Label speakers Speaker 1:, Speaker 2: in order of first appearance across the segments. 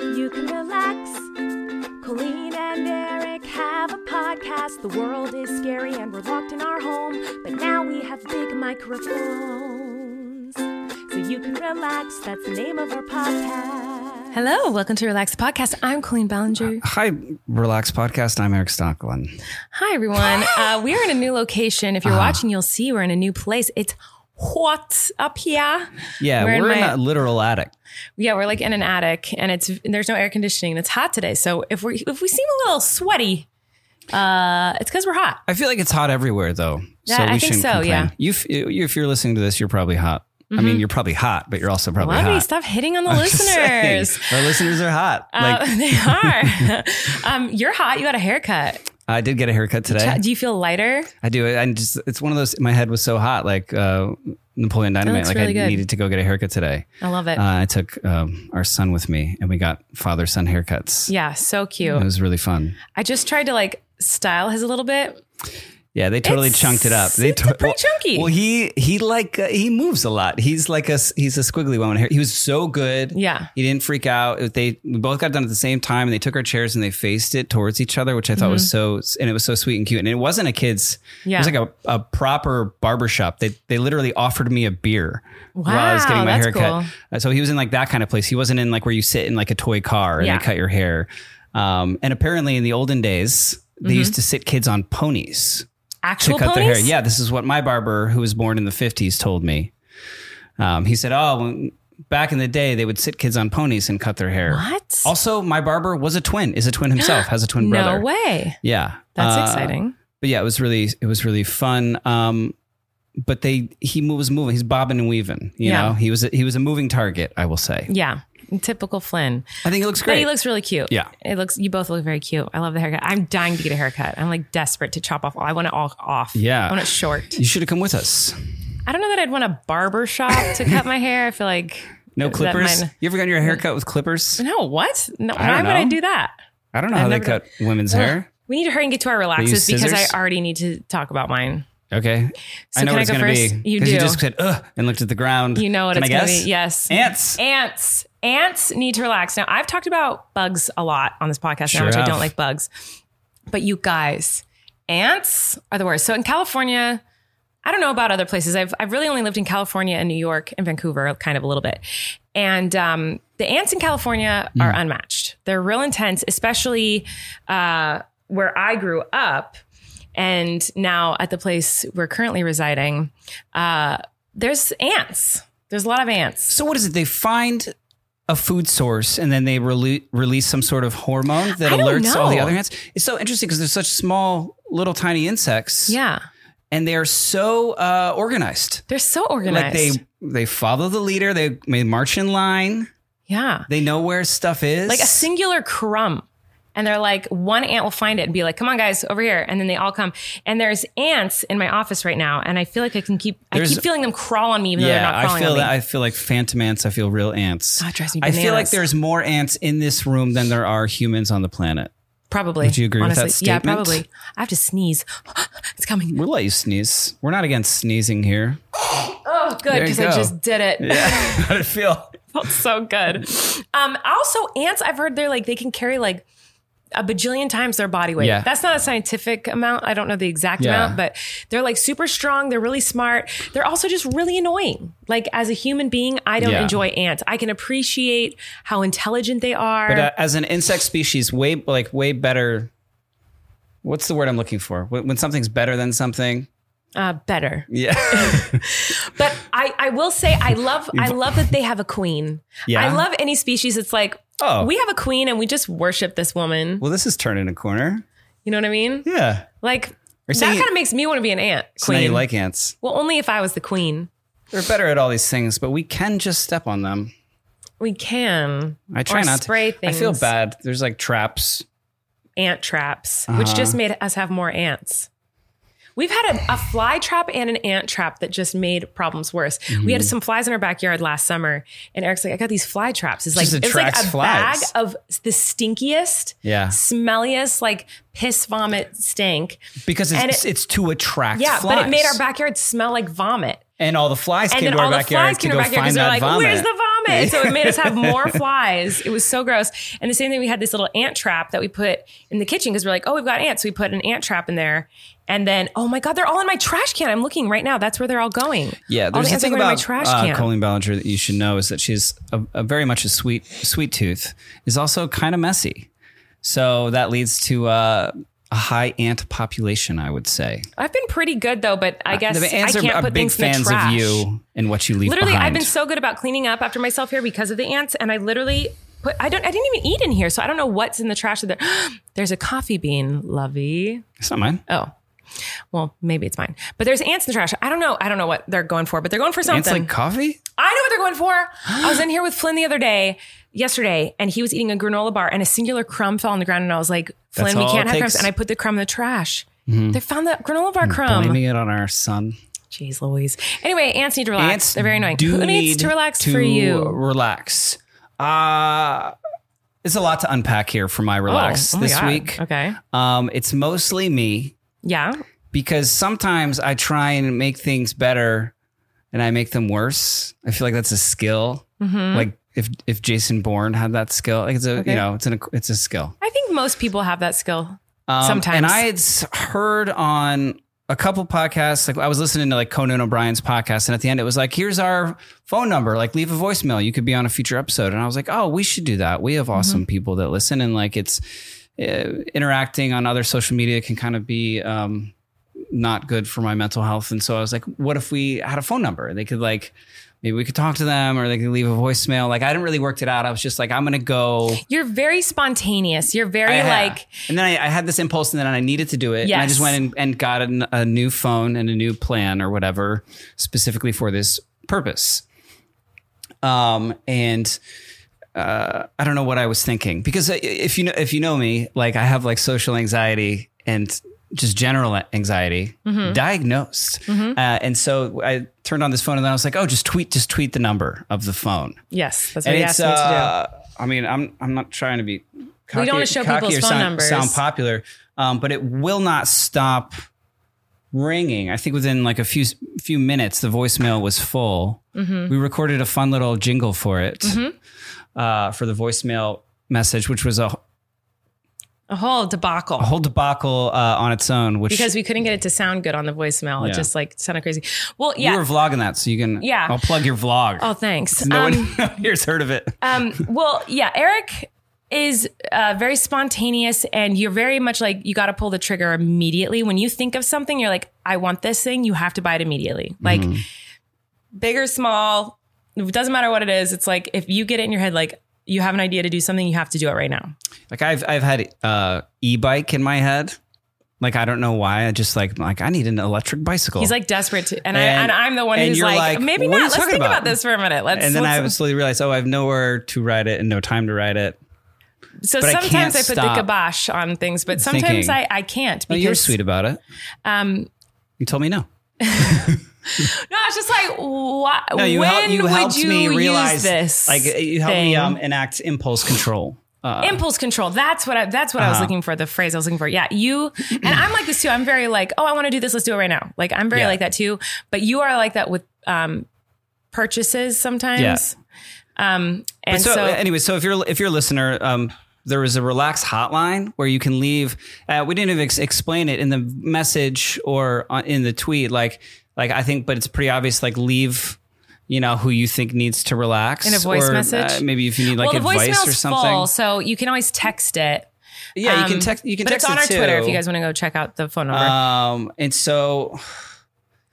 Speaker 1: you can relax. Colleen and Eric have a podcast. The world is scary and we're locked in our home, but now we have big microphones. So you can relax. That's the name of our podcast.
Speaker 2: Hello, welcome to Relax Podcast. I'm Colleen Ballinger.
Speaker 3: Hi, Relax Podcast. I'm Eric Stockland.
Speaker 2: Hi, everyone. Uh, we're in a new location. If you're
Speaker 3: Uh-huh.
Speaker 2: watching, you'll see we're in a new place. It's hot up here.
Speaker 3: Yeah,
Speaker 2: We're in
Speaker 3: we're, in,
Speaker 2: my-
Speaker 3: a literal attic.
Speaker 2: Yeah, we're like in an attic, and it's there's no air conditioning, and it's hot today. So if we if we seem a little sweaty, uh, it's because we're hot.
Speaker 3: I feel like it's hot everywhere, though.
Speaker 2: Yeah, I think
Speaker 3: shouldn't
Speaker 2: so, yeah. Mm-hmm.
Speaker 3: You, f- you, if you're listening to this, you're probably hot. I mean, you're probably hot, but you're also probably
Speaker 2: Why do you
Speaker 3: hot.
Speaker 2: stop hitting on the
Speaker 3: I'm just saying,
Speaker 2: listeners?
Speaker 3: Our listeners are hot.
Speaker 2: Uh,
Speaker 3: like
Speaker 2: they are. um, you're hot. You got a haircut.
Speaker 3: I did get a haircut today.
Speaker 2: Do you feel lighter?
Speaker 3: I do. I just it's one of those. My head was so hot, like uh, Napoleon Dynamite.
Speaker 2: looks
Speaker 3: Like
Speaker 2: really
Speaker 3: I
Speaker 2: good.
Speaker 3: needed to go get a haircut today.
Speaker 2: I love it.
Speaker 3: Uh, I took um, our son with me, and we got father son haircuts.
Speaker 2: yeah, so
Speaker 3: It
Speaker 2: cute.
Speaker 3: was really fun.
Speaker 2: I just tried to like style his a little bit.
Speaker 3: Yeah, they totally
Speaker 2: It's-
Speaker 3: chunked it up. They
Speaker 2: it's a
Speaker 3: to-
Speaker 2: pretty chunky.
Speaker 3: Well, he he like uh, he moves a lot. He's like a s- he's a squiggly one. He was so good.
Speaker 2: Yeah.
Speaker 3: he didn't freak out. They we both got done at the same time, and they took our chairs and they faced it towards each other, which I thought was so and it was so sweet and cute. And it wasn't a kid's.
Speaker 2: Mm-hmm. Yeah.
Speaker 3: it was like a, a proper barbershop. They they literally offered me a beer while I was
Speaker 2: Wow,
Speaker 3: getting my
Speaker 2: that's
Speaker 3: haircut.
Speaker 2: cool.
Speaker 3: Uh, So he was in like that kind of place. He wasn't in like where you sit in like a toy car and
Speaker 2: Yeah.
Speaker 3: they cut your hair. Um, and apparently in the olden days, they
Speaker 2: Mm-hmm.
Speaker 3: used to sit kids on ponies to
Speaker 2: Actual
Speaker 3: cut their
Speaker 2: ponies?
Speaker 3: hair. Yeah, this is what my barber, who was born in the 50s, told me. Um, he said, Oh, when- back in the day, they would sit kids on ponies and cut their hair.
Speaker 2: What?
Speaker 3: Also, my barber was a twin, is a twin himself, has a twin brother.
Speaker 2: No way.
Speaker 3: Yeah.
Speaker 2: That's
Speaker 3: Uh,
Speaker 2: exciting.
Speaker 3: But yeah, it was really, it was really fun. Um, but they, he mo- was moving, he's bobbing and weaving, you
Speaker 2: Yeah.
Speaker 3: know, he was, a, he was a moving target, I will say.
Speaker 2: Yeah. Typical Flynn.
Speaker 3: I think it looks
Speaker 2: But
Speaker 3: great.
Speaker 2: he looks really cute.
Speaker 3: Yeah.
Speaker 2: It looks you both look very cute. I love the haircut. I'm dying to get a haircut. I'm like desperate to chop off all I want it all off.
Speaker 3: Yeah.
Speaker 2: I want it short.
Speaker 3: you should have come with us.
Speaker 2: I don't know that I'd want a barber shop to cut my hair. I feel like
Speaker 3: No
Speaker 2: that
Speaker 3: clippers.
Speaker 2: might-
Speaker 3: You ever gotten your hair cut with clippers?
Speaker 2: No, what? No,
Speaker 3: I
Speaker 2: why
Speaker 3: don't
Speaker 2: would I
Speaker 3: know.
Speaker 2: do that?
Speaker 3: I don't know how they
Speaker 2: never done-
Speaker 3: cut women's hair.
Speaker 2: We need to hurry and get to our relaxes
Speaker 3: use
Speaker 2: because I
Speaker 3: scissors?
Speaker 2: already need to talk about mine.
Speaker 3: Okay.
Speaker 2: So
Speaker 3: I know
Speaker 2: can
Speaker 3: what
Speaker 2: I
Speaker 3: it's
Speaker 2: go
Speaker 3: going to
Speaker 2: first?
Speaker 3: be.
Speaker 2: You
Speaker 3: 'Cause
Speaker 2: do.
Speaker 3: You just said, ugh, and looked at the ground.
Speaker 2: You know what
Speaker 3: Can
Speaker 2: it's
Speaker 3: I
Speaker 2: gonna
Speaker 3: guess?
Speaker 2: be. Yes.
Speaker 3: Ants.
Speaker 2: Ants. Ants need to relax. Now, I've talked about bugs a lot on this podcast now,
Speaker 3: Sure
Speaker 2: which I
Speaker 3: have.
Speaker 2: don't like bugs. But you guys, ants are the worst. So in California, I don't know about other places. I've, I've really only lived in California and New York and Vancouver, kind of a little bit. And um, the ants in California are
Speaker 3: Mm.
Speaker 2: unmatched. They're real intense, especially uh, where I grew up. And now at the place we're currently residing, uh, there's ants. There's a lot of ants.
Speaker 3: So what is it? They find a food source and then they rele- release some sort of hormone that
Speaker 2: I don't
Speaker 3: alerts all the
Speaker 2: know.
Speaker 3: other ants. It's so interesting because they're such small, little, tiny insects.
Speaker 2: Yeah.
Speaker 3: And they are so uh, organized.
Speaker 2: They're so organized.
Speaker 3: Like they they follow the leader. They they march in line.
Speaker 2: yeah.
Speaker 3: They know where stuff is.
Speaker 2: Like a singular crumb. And they're like, one ant will find it and be like, come on, guys, over here. And then they all come. And there's ants in my office right now. And I feel like I can keep, I
Speaker 3: There's-
Speaker 2: keep feeling them crawl on me, even though
Speaker 3: Yeah,
Speaker 2: they're not
Speaker 3: I
Speaker 2: crawling
Speaker 3: feel
Speaker 2: on
Speaker 3: that.
Speaker 2: me. Ah,
Speaker 3: I feel like phantom ants. I feel real ants.
Speaker 2: it drives me
Speaker 3: I feel
Speaker 2: bananas.
Speaker 3: like there's more ants in this room than there are humans on the planet.
Speaker 2: probably.
Speaker 3: Would you agree with
Speaker 2: honestly.
Speaker 3: that
Speaker 2: Yeah,
Speaker 3: statement?
Speaker 2: probably. I have to sneeze. it's coming.
Speaker 3: We'll let you sneeze. We're not against sneezing here.
Speaker 2: Oh, good.
Speaker 3: There you
Speaker 2: Because I
Speaker 3: go.
Speaker 2: just did it.
Speaker 3: How did it feel?
Speaker 2: felt so good. Um, also, ants, I've heard they're like, they can carry like a bajillion times their body weight.
Speaker 3: Yeah.
Speaker 2: That's not a scientific amount. I don't know the exact
Speaker 3: Yeah.
Speaker 2: amount, but they're like super strong. They're really smart. They're also just really annoying. Like, as a human being, I don't
Speaker 3: Yeah.
Speaker 2: enjoy ants. I can appreciate how intelligent they are.
Speaker 3: But uh, as an insect species, way like way better. What's the word I'm looking for? When, when something's better than something.
Speaker 2: uh, better.
Speaker 3: Yeah.
Speaker 2: But I, I will say I love I love that they have a queen.
Speaker 3: Yeah?
Speaker 2: I love any species. It's like,
Speaker 3: Oh.
Speaker 2: we have a queen and we just worship this woman.
Speaker 3: well, this is turning a corner.
Speaker 2: You know what I mean?
Speaker 3: Yeah.
Speaker 2: Like that
Speaker 3: saying-
Speaker 2: kind of makes me want to be an ant
Speaker 3: So now
Speaker 2: queen.
Speaker 3: you like ants.
Speaker 2: well, only if I was the queen.
Speaker 3: They're better at all these things, but we can just step on them.
Speaker 2: We can.
Speaker 3: I try
Speaker 2: or
Speaker 3: not
Speaker 2: spray
Speaker 3: to.
Speaker 2: things.
Speaker 3: I feel bad. There's like traps.
Speaker 2: Ant traps, which just
Speaker 3: Uh-huh.
Speaker 2: made us have more ants. We've had a, a fly trap and an ant trap that just made problems worse. We
Speaker 3: Mm-hmm.
Speaker 2: had some flies in our backyard last summer, and Eric's like, "I got these fly traps." It's like
Speaker 3: Just
Speaker 2: it was like a
Speaker 3: attracts flies.
Speaker 2: bag of the stinkiest,
Speaker 3: Yeah.
Speaker 2: smelliest, like piss vomit stink.
Speaker 3: Because
Speaker 2: And
Speaker 3: it's, it's to attract
Speaker 2: Yeah,
Speaker 3: flies.
Speaker 2: but it made our backyard smell like vomit.
Speaker 3: And all the flies
Speaker 2: and
Speaker 3: came
Speaker 2: then
Speaker 3: to our
Speaker 2: all the
Speaker 3: backyard
Speaker 2: flies
Speaker 3: to
Speaker 2: came to
Speaker 3: go
Speaker 2: our backyard because
Speaker 3: find
Speaker 2: they're
Speaker 3: that
Speaker 2: like,
Speaker 3: vomit.
Speaker 2: "Where's the it. So it made us have more flies. It was so gross. And the same thing, we had this little ant trap that we put in the kitchen because we're like, oh, we've got ants. So we put an ant trap in there. And then, oh my God, they're all in my trash can. I'm looking right now. That's where they're all going.
Speaker 3: Yeah,
Speaker 2: all
Speaker 3: there's
Speaker 2: the ants
Speaker 3: a
Speaker 2: are
Speaker 3: thing
Speaker 2: going to
Speaker 3: about
Speaker 2: my trash
Speaker 3: uh,
Speaker 2: can.
Speaker 3: Colleen Ballinger that you should know is that she's a, a very much a sweet sweet tooth is also kind of messy, so that leads to uh, a high ant population, I would say.
Speaker 2: I've been pretty good though, but I guess
Speaker 3: Uh, the ants
Speaker 2: I can't
Speaker 3: are, are
Speaker 2: put
Speaker 3: big
Speaker 2: things in the
Speaker 3: fans
Speaker 2: trash.
Speaker 3: of you and what you leave
Speaker 2: Literally,
Speaker 3: behind.
Speaker 2: I've been so good about cleaning up after myself here because of the ants, and I literally put I don't I didn't even eat in here, so I don't know what's in the trash. There, there's a coffee bean, lovey.
Speaker 3: it's not mine.
Speaker 2: Oh, well, maybe it's mine. But there's ants in the trash. I don't know. I don't know what they're going for, but they're going for something.
Speaker 3: Ants like coffee.
Speaker 2: I know what they're going for. I was in here with Flynn the other day, yesterday, and he was eating a granola bar, and a singular crumb fell on the ground, and I was like,
Speaker 3: That's
Speaker 2: Flynn, we
Speaker 3: all
Speaker 2: can't
Speaker 3: it
Speaker 2: have
Speaker 3: takes. Mm-hmm. Mm,
Speaker 2: crumbs, and I put the crumb in the trash. They found the granola bar crumb.
Speaker 3: Blaming it on our son.
Speaker 2: Jeez Louise. Anyway, ants need to relax.
Speaker 3: Ants
Speaker 2: They're very annoying.
Speaker 3: do
Speaker 2: Who needs
Speaker 3: need
Speaker 2: to relax
Speaker 3: to
Speaker 2: for you?
Speaker 3: Relax. Uh it's a lot to unpack here for my relax
Speaker 2: Oh, oh my
Speaker 3: this
Speaker 2: God.
Speaker 3: week.
Speaker 2: Okay.
Speaker 3: Um, it's mostly me
Speaker 2: Yeah.
Speaker 3: because sometimes I try and make things better and I make them worse. I feel like that's a skill. Like if if Jason Bourne had that skill, like it's a
Speaker 2: Mm-hmm. Okay.
Speaker 3: you know it's an it's a skill.
Speaker 2: I think most people have that skill.
Speaker 3: Um,
Speaker 2: Sometimes.
Speaker 3: And I had s- heard on a couple podcasts, like I was listening to like Conan O'Brien's podcast, and at the end it was like, here's our phone number, like leave a voicemail. You could be on a future episode. And I was like, oh, we should do that. We have awesome people that listen, and like it's uh, interacting on other social media can kind of be um, not good for my mental health. And so I was like, what if we had a phone number? They could like, maybe we could talk to them or they could leave a voicemail. Like I didn't really work it out. I was just like, I'm going to go.
Speaker 2: You're very spontaneous. You're very
Speaker 3: I had-
Speaker 2: like,
Speaker 3: and then I, I had this impulse, and then I needed to do it. And I
Speaker 2: Yes.
Speaker 3: just went and, and got an, a new phone and a new plan or whatever, specifically for this purpose. Um, and uh, I don't know what I was thinking because i- if you know if you know me, like I have like social anxiety and just general anxiety
Speaker 2: Mm-hmm.
Speaker 3: diagnosed, uh, and so I turned on this phone and then I was like, oh, just tweet, just tweet the number of the phone.
Speaker 2: yes, that's what
Speaker 3: And
Speaker 2: you
Speaker 3: it's,
Speaker 2: asked me to
Speaker 3: uh, I mean, I'm I'm not trying to be. Cocky,
Speaker 2: We don't wanna show
Speaker 3: cocky
Speaker 2: people's
Speaker 3: or
Speaker 2: phone
Speaker 3: sound,
Speaker 2: numbers.
Speaker 3: Sound popular, um, but it will not stop ringing. I think within like a few few minutes, the voicemail was full.
Speaker 2: Mm-hmm.
Speaker 3: We recorded a fun little jingle for it, uh, for the voicemail message, which was a
Speaker 2: do. A whole debacle.
Speaker 3: whole debacle uh, on its own. Which
Speaker 2: because we couldn't get it to sound good on the voicemail. It
Speaker 3: Yeah.
Speaker 2: just like sounded crazy. Well,
Speaker 3: you
Speaker 2: yeah.
Speaker 3: were vlogging that, so you can.
Speaker 2: Yeah.
Speaker 3: I'll plug your vlog.
Speaker 2: oh, thanks.
Speaker 3: no
Speaker 2: Um,
Speaker 3: one here's heard of it.
Speaker 2: Um, well, yeah, Eric is uh, very spontaneous, and you're very much like you got to pull the trigger immediately. When you think of something, you're like, I want this thing. You have to buy it immediately,
Speaker 3: Mm-hmm.
Speaker 2: like big or small. It doesn't matter what it is. It's like if you get it in your head, like you have an idea to do something, you have to do it right now.
Speaker 3: Like I've I've had uh e-bike in my head. Like I don't know why. I just like like I need an electric bicycle.
Speaker 2: He's like desperate to, and, I,
Speaker 3: And-
Speaker 2: and I'm the one
Speaker 3: and
Speaker 2: who's
Speaker 3: you're
Speaker 2: like,
Speaker 3: like,
Speaker 2: maybe
Speaker 3: what are you
Speaker 2: not. Let's
Speaker 3: talking
Speaker 2: think about?
Speaker 3: about?
Speaker 2: this for a minute. Let's.
Speaker 3: and then I
Speaker 2: let's-
Speaker 3: slowly realized, oh, I have nowhere to ride it and no time to ride it.
Speaker 2: so
Speaker 3: but I can't
Speaker 2: sometimes I, put
Speaker 3: stop
Speaker 2: the kibosh on things, but sometimes
Speaker 3: thinking.
Speaker 2: I, I can't.
Speaker 3: Oh,
Speaker 2: Because,
Speaker 3: you were sweet about it.
Speaker 2: Um,
Speaker 3: You told me no.
Speaker 2: No, it's just like why,
Speaker 3: No, you,
Speaker 2: when
Speaker 3: helped, you
Speaker 2: would
Speaker 3: helped
Speaker 2: you
Speaker 3: me realize
Speaker 2: use this?
Speaker 3: Like you helped me
Speaker 2: thing?
Speaker 3: um, enact impulse control. Uh,
Speaker 2: impulse control. That's what I, that's what I
Speaker 3: Uh-huh.
Speaker 2: was looking for. The phrase I was looking for. Yeah, you and I'm like this too. I'm very like, oh, I want to do this. Let's do it right now. Like I'm very
Speaker 3: Yeah.
Speaker 2: like that too. But you are like that with um, purchases sometimes.
Speaker 3: Yeah.
Speaker 2: Um, and
Speaker 3: so,
Speaker 2: so,
Speaker 3: anyway, so if you're if you're a listener, um, there is a relax hotline where you can leave. Uh, we didn't even ex- explain it in the message or on, in the tweet. Like like I think, but it's pretty obvious. Like leave. You know who you think needs to relax
Speaker 2: In a voice
Speaker 3: or,
Speaker 2: message?
Speaker 3: Uh, maybe if you need like
Speaker 2: well, the
Speaker 3: advice
Speaker 2: voicemail's
Speaker 3: or something.
Speaker 2: full, so you can always text it.
Speaker 3: Yeah, you can
Speaker 2: Um,
Speaker 3: text. You can
Speaker 2: but
Speaker 3: text
Speaker 2: it's on
Speaker 3: it
Speaker 2: our Twitter
Speaker 3: too.
Speaker 2: if you guys want to go check out the phone number.
Speaker 3: Um, and so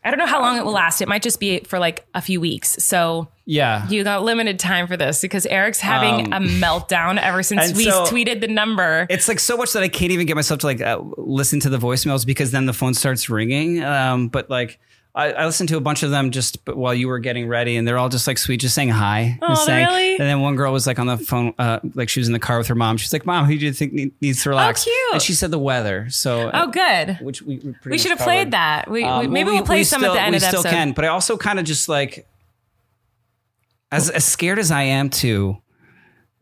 Speaker 2: I don't know how long it will last. It might just be for like a few weeks. So
Speaker 3: yeah,
Speaker 2: You got limited time for this because Eric's having a meltdown ever since
Speaker 3: Um, and
Speaker 2: we
Speaker 3: so-
Speaker 2: tweeted the number.
Speaker 3: it's like so much that I can't even get myself to like uh, listen to the voicemails because then the phone starts ringing. Um, but like I, I listened to a bunch of them just b- while you were getting ready, and they're all just like sweet, just saying hi.
Speaker 2: Oh,
Speaker 3: and saying,
Speaker 2: really?
Speaker 3: And then one girl was like on the phone, uh, like she was in the car with her mom. She's like, "Mom, who do you think ne- needs to relax?"
Speaker 2: Oh, cute.
Speaker 3: And she said the weather. So uh,
Speaker 2: oh, good.
Speaker 3: which we we, pretty
Speaker 2: We
Speaker 3: much
Speaker 2: should have
Speaker 3: covered.
Speaker 2: played that. We,
Speaker 3: Um,
Speaker 2: we- maybe
Speaker 3: well,
Speaker 2: we, will play
Speaker 3: we
Speaker 2: some
Speaker 3: still,
Speaker 2: at the end
Speaker 3: we
Speaker 2: of the
Speaker 3: still
Speaker 2: episode.
Speaker 3: can, but I also kind of just like, as as scared as I am to,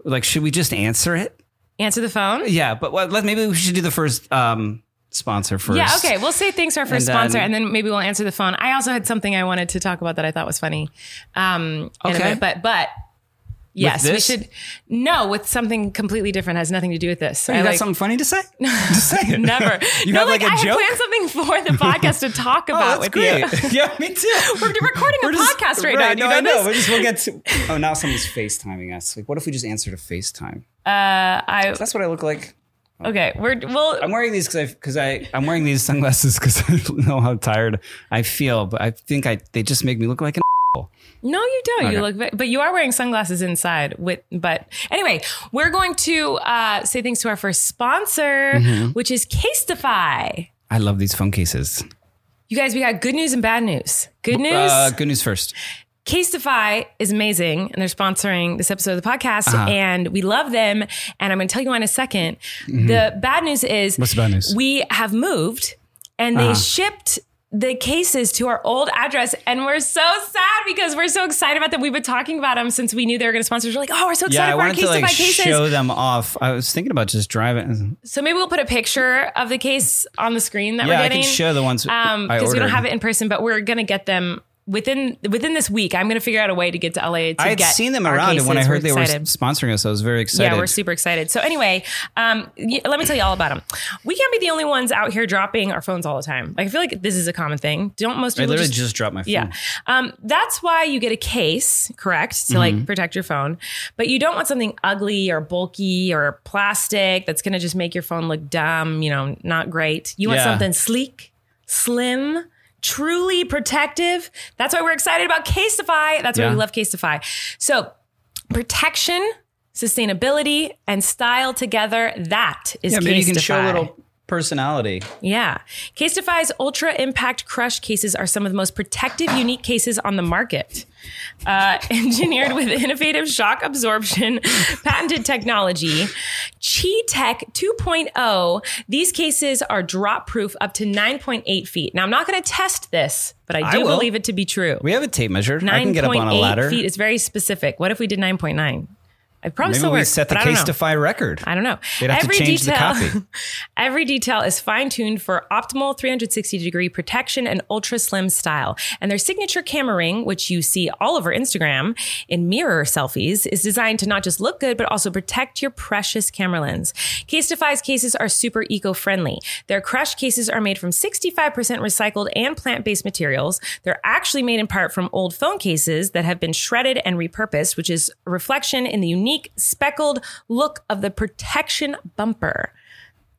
Speaker 3: like, should we just answer it?
Speaker 2: Answer the phone.
Speaker 3: Yeah, but what, let, maybe we should do the first um, sponsor first.
Speaker 2: Yeah, okay. We'll say thanks to our first
Speaker 3: And then-
Speaker 2: sponsor, and then maybe we'll answer the phone. I also had something I wanted to talk about that I thought was funny. Um, in a
Speaker 3: Okay.
Speaker 2: minute, but but Yes, we
Speaker 3: this?
Speaker 2: should. No, with something completely different has nothing to do with this.
Speaker 3: You
Speaker 2: I
Speaker 3: got
Speaker 2: like-
Speaker 3: something funny to say? Just say it.
Speaker 2: Never.
Speaker 3: You
Speaker 2: no,
Speaker 3: have like,
Speaker 2: I
Speaker 3: a
Speaker 2: had
Speaker 3: joke?
Speaker 2: planned something for the podcast to talk
Speaker 3: Oh,
Speaker 2: about
Speaker 3: that's
Speaker 2: with you.
Speaker 3: great. yeah, me too.
Speaker 2: We're recording a
Speaker 3: We're just-
Speaker 2: podcast right, now.
Speaker 3: no,
Speaker 2: Do you
Speaker 3: I know.
Speaker 2: know
Speaker 3: We
Speaker 2: this?
Speaker 3: just we'll get to. Oh, now someone's FaceTiming us. Like, what if we just answered a FaceTime?
Speaker 2: Uh,
Speaker 3: That's what I look like.
Speaker 2: I okay. We're well.
Speaker 3: I'm wearing these because I because I I'm wearing these sunglasses because I know how tired I feel, but I think I they just make me look like an.
Speaker 2: No, you don't.
Speaker 3: Okay.
Speaker 2: You look, ve- but you are wearing sunglasses inside. With but anyway, we're going to uh, say thanks to our first sponsor,
Speaker 3: Mm-hmm.
Speaker 2: which is Casetify.
Speaker 3: I love these phone cases.
Speaker 2: You guys, we got good news and bad news. Good news.
Speaker 3: Uh, good news first.
Speaker 2: Casetify is amazing and they're sponsoring this episode of the podcast
Speaker 3: Uh-huh.
Speaker 2: and we love them. And I'm going to tell you why in a 2nd The bad news is
Speaker 3: Mm-hmm. What's the bad news? Uh-huh.
Speaker 2: We have moved and they shipped the cases to our old address and we're so sad because we're so excited about them. We've been talking about them since we knew they were going to sponsor. We're like, oh, we're so
Speaker 3: Yeah,
Speaker 2: excited
Speaker 3: I
Speaker 2: for our
Speaker 3: wanted to
Speaker 2: Casetify
Speaker 3: like
Speaker 2: cases.
Speaker 3: show them off. I was thinking about just driving.
Speaker 2: so maybe we'll put a picture of the case on the screen that
Speaker 3: Yeah,
Speaker 2: we're
Speaker 3: I
Speaker 2: getting
Speaker 3: can show the ones
Speaker 2: um
Speaker 3: I
Speaker 2: because we don't
Speaker 3: ordered.
Speaker 2: have it in person but we're gonna get them within within this week i'm gonna figure out a way to get to la to
Speaker 3: I had
Speaker 2: get
Speaker 3: seen them
Speaker 2: our
Speaker 3: around, and when I
Speaker 2: cases.
Speaker 3: heard they
Speaker 2: We're
Speaker 3: were
Speaker 2: excited.
Speaker 3: sponsoring us, I was very excited.
Speaker 2: yeah, we're super excited. So anyway, um, y- let me tell you all about them. We can't be the only ones out here dropping our phones all the time. Like I feel like this is a common thing. Don't most
Speaker 3: I
Speaker 2: people
Speaker 3: literally
Speaker 2: just,
Speaker 3: just, dropped my phone.
Speaker 2: yeah. Um, that's why you get a case, correct, to
Speaker 3: Mm-hmm.
Speaker 2: like protect your phone. But you don't want something ugly or bulky or plastic that's going to just make your phone look dumb, you know, not great. You want
Speaker 3: Yeah.
Speaker 2: something sleek, slim, truly protective. That's why we're excited about Casetify. That's why
Speaker 3: Yeah.
Speaker 2: we love Casetify. So, protection, sustainability, and style together, that is
Speaker 3: Yeah, maybe you can show a
Speaker 2: Casetify.
Speaker 3: little personality.
Speaker 2: Yeah. Casetify's Ultra Impact Crush cases are some of the most protective, unique cases on the market. Uh, engineered with innovative shock absorption, patented technology, Chi Tech 2.0, oh, these cases are drop proof up to 9.8 feet. Now, I'm not going to test this, but I
Speaker 3: I
Speaker 2: do
Speaker 3: will.
Speaker 2: believe it to be true.
Speaker 3: We have a tape measure. I can get up on a
Speaker 2: 9.8
Speaker 3: ladder.
Speaker 2: feet is very specific. What if we did 9.9? I probably
Speaker 3: Maybe
Speaker 2: still
Speaker 3: we
Speaker 2: works,
Speaker 3: set the
Speaker 2: but I don't
Speaker 3: case
Speaker 2: know.
Speaker 3: to fire record.
Speaker 2: I don't know.
Speaker 3: They'd have to change the copy.
Speaker 2: every detail is fine tuned for optimal 360 degree protection and ultra slim style. And their signature camera ring, which you see all over Instagram in mirror selfies, is designed to not just look good, but also protect your precious camera lens. Casetify's cases are super eco friendly. Their crush cases are made from 65% recycled and plant based materials. They're actually made in part from old phone cases that have been shredded and repurposed, which is a reflection in the unique speckled look of the protection bumper.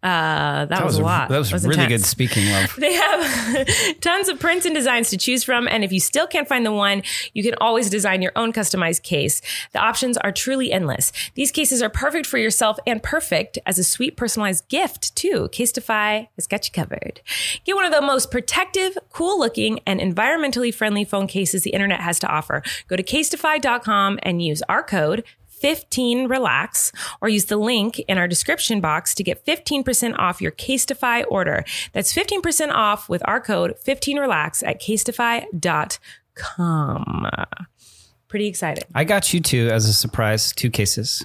Speaker 2: Uh, that, was, a lot.
Speaker 3: That was, really good
Speaker 2: intense.
Speaker 3: speaking, love.
Speaker 2: They have tons of prints and designs to choose from. And if you still can't find the one, you can always design your own customized case. The options are truly endless. These cases are perfect for yourself and perfect as a sweet personalized gift, too. Casetify has got you covered. Get one of the most protective, cool looking, and environmentally friendly phone cases the internet has to offer. Go to casetify.com and use our code 15 relax or use the link in our description box to get 15% off your casetify order that's 15% off with our code 15 relax at casetify.com pretty excited
Speaker 3: I got you two as a surprise. Two cases.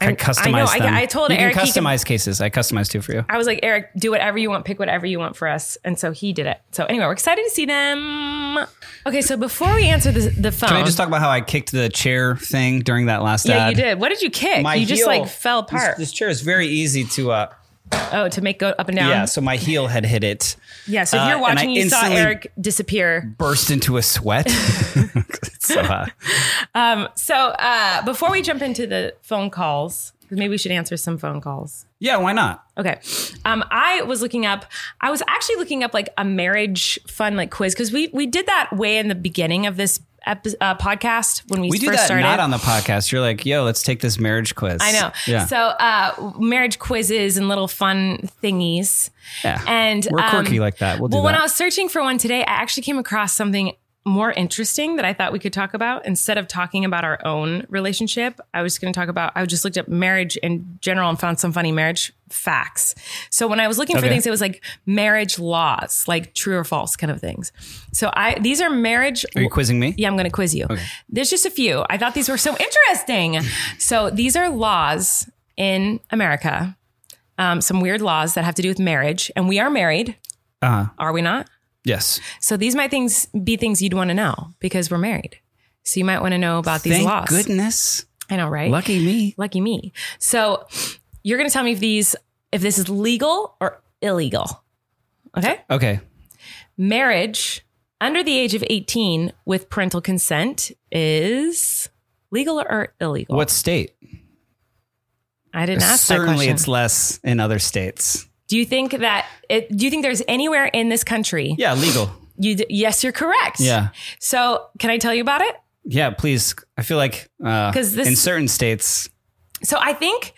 Speaker 3: I,
Speaker 2: I'm-
Speaker 3: customized
Speaker 2: I know, I-
Speaker 3: them.
Speaker 2: I told
Speaker 3: you
Speaker 2: Eric he
Speaker 3: can
Speaker 2: can-
Speaker 3: customize cases. I customized two for you.
Speaker 2: i was like eric do whatever you want pick whatever you want for us and so he did it so anyway we're excited to see them okay so before we answer the, the phone
Speaker 3: Can I just talk about how I kicked the chair thing during that last
Speaker 2: yeah
Speaker 3: ad?
Speaker 2: you did what did you kick you just
Speaker 3: heel-
Speaker 2: like fell
Speaker 3: this-
Speaker 2: apart
Speaker 3: This, chair is very easy to. Uh,
Speaker 2: oh to make go up and down
Speaker 3: yeah, so my heel had hit it.
Speaker 2: Yeah, so if
Speaker 3: Uh,
Speaker 2: you're
Speaker 3: and I
Speaker 2: watching you saw
Speaker 3: instantly-
Speaker 2: eric disappear
Speaker 3: Burst into a sweat. It's so uh, hot.
Speaker 2: So uh, before we jump into the phone calls, 'cause maybe we should answer some phone calls.
Speaker 3: Yeah, why not?
Speaker 2: Okay. Um, I was looking up, I was actually looking up like a marriage fun like quiz because we, we did that way in the beginning of this epi- uh, podcast when we,
Speaker 3: We
Speaker 2: first
Speaker 3: do that
Speaker 2: started.
Speaker 3: not on the podcast. You're like, yo, let's take this marriage quiz.
Speaker 2: I know.
Speaker 3: Yeah.
Speaker 2: So uh, marriage quizzes and little fun thingies.
Speaker 3: yeah.
Speaker 2: And
Speaker 3: We're
Speaker 2: um,
Speaker 3: quirky like that. We'll do
Speaker 2: well,
Speaker 3: that.
Speaker 2: when I was searching for one today, I actually came across something more interesting that I thought we could talk about. Instead of talking about our own relationship, I was going to talk about, I just looked up marriage in general and found some funny marriage facts. So when I was looking for
Speaker 3: Okay.
Speaker 2: things, it was like marriage laws, like true or false kind of things. So I, these are marriage
Speaker 3: Are you quizzing me?
Speaker 2: yeah, I'm going to quiz you. There's just a few. I thought these were so interesting. so these are laws in America, um, some weird laws that have to do with marriage, and we are married.
Speaker 3: Uh-huh.
Speaker 2: Are we not?
Speaker 3: Yes.
Speaker 2: So these might things be things you'd want to know because we're married. So you might want to know about these
Speaker 3: Thank
Speaker 2: laws.
Speaker 3: goodness.
Speaker 2: I know, right?
Speaker 3: Lucky me.
Speaker 2: Lucky me. So you're going to tell me if these, if this is legal or illegal. Okay.
Speaker 3: Okay.
Speaker 2: Marriage under the age of 18 with parental consent is legal or illegal?
Speaker 3: What state?
Speaker 2: I didn't ask that
Speaker 3: Certainly
Speaker 2: question.
Speaker 3: it's less in other states.
Speaker 2: do you think that, it, do you think there's anywhere in this country?
Speaker 3: Yeah, legal.
Speaker 2: You, d- yes, you're correct.
Speaker 3: Yeah.
Speaker 2: So can I tell you about it?
Speaker 3: Yeah, please. I feel like uh,
Speaker 2: 'Cause this-
Speaker 3: in certain states,
Speaker 2: So I think,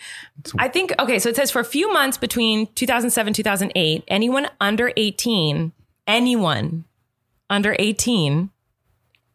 Speaker 2: I think, okay, so it says for a few months between 2007, 2008, anyone under 18, anyone under 18,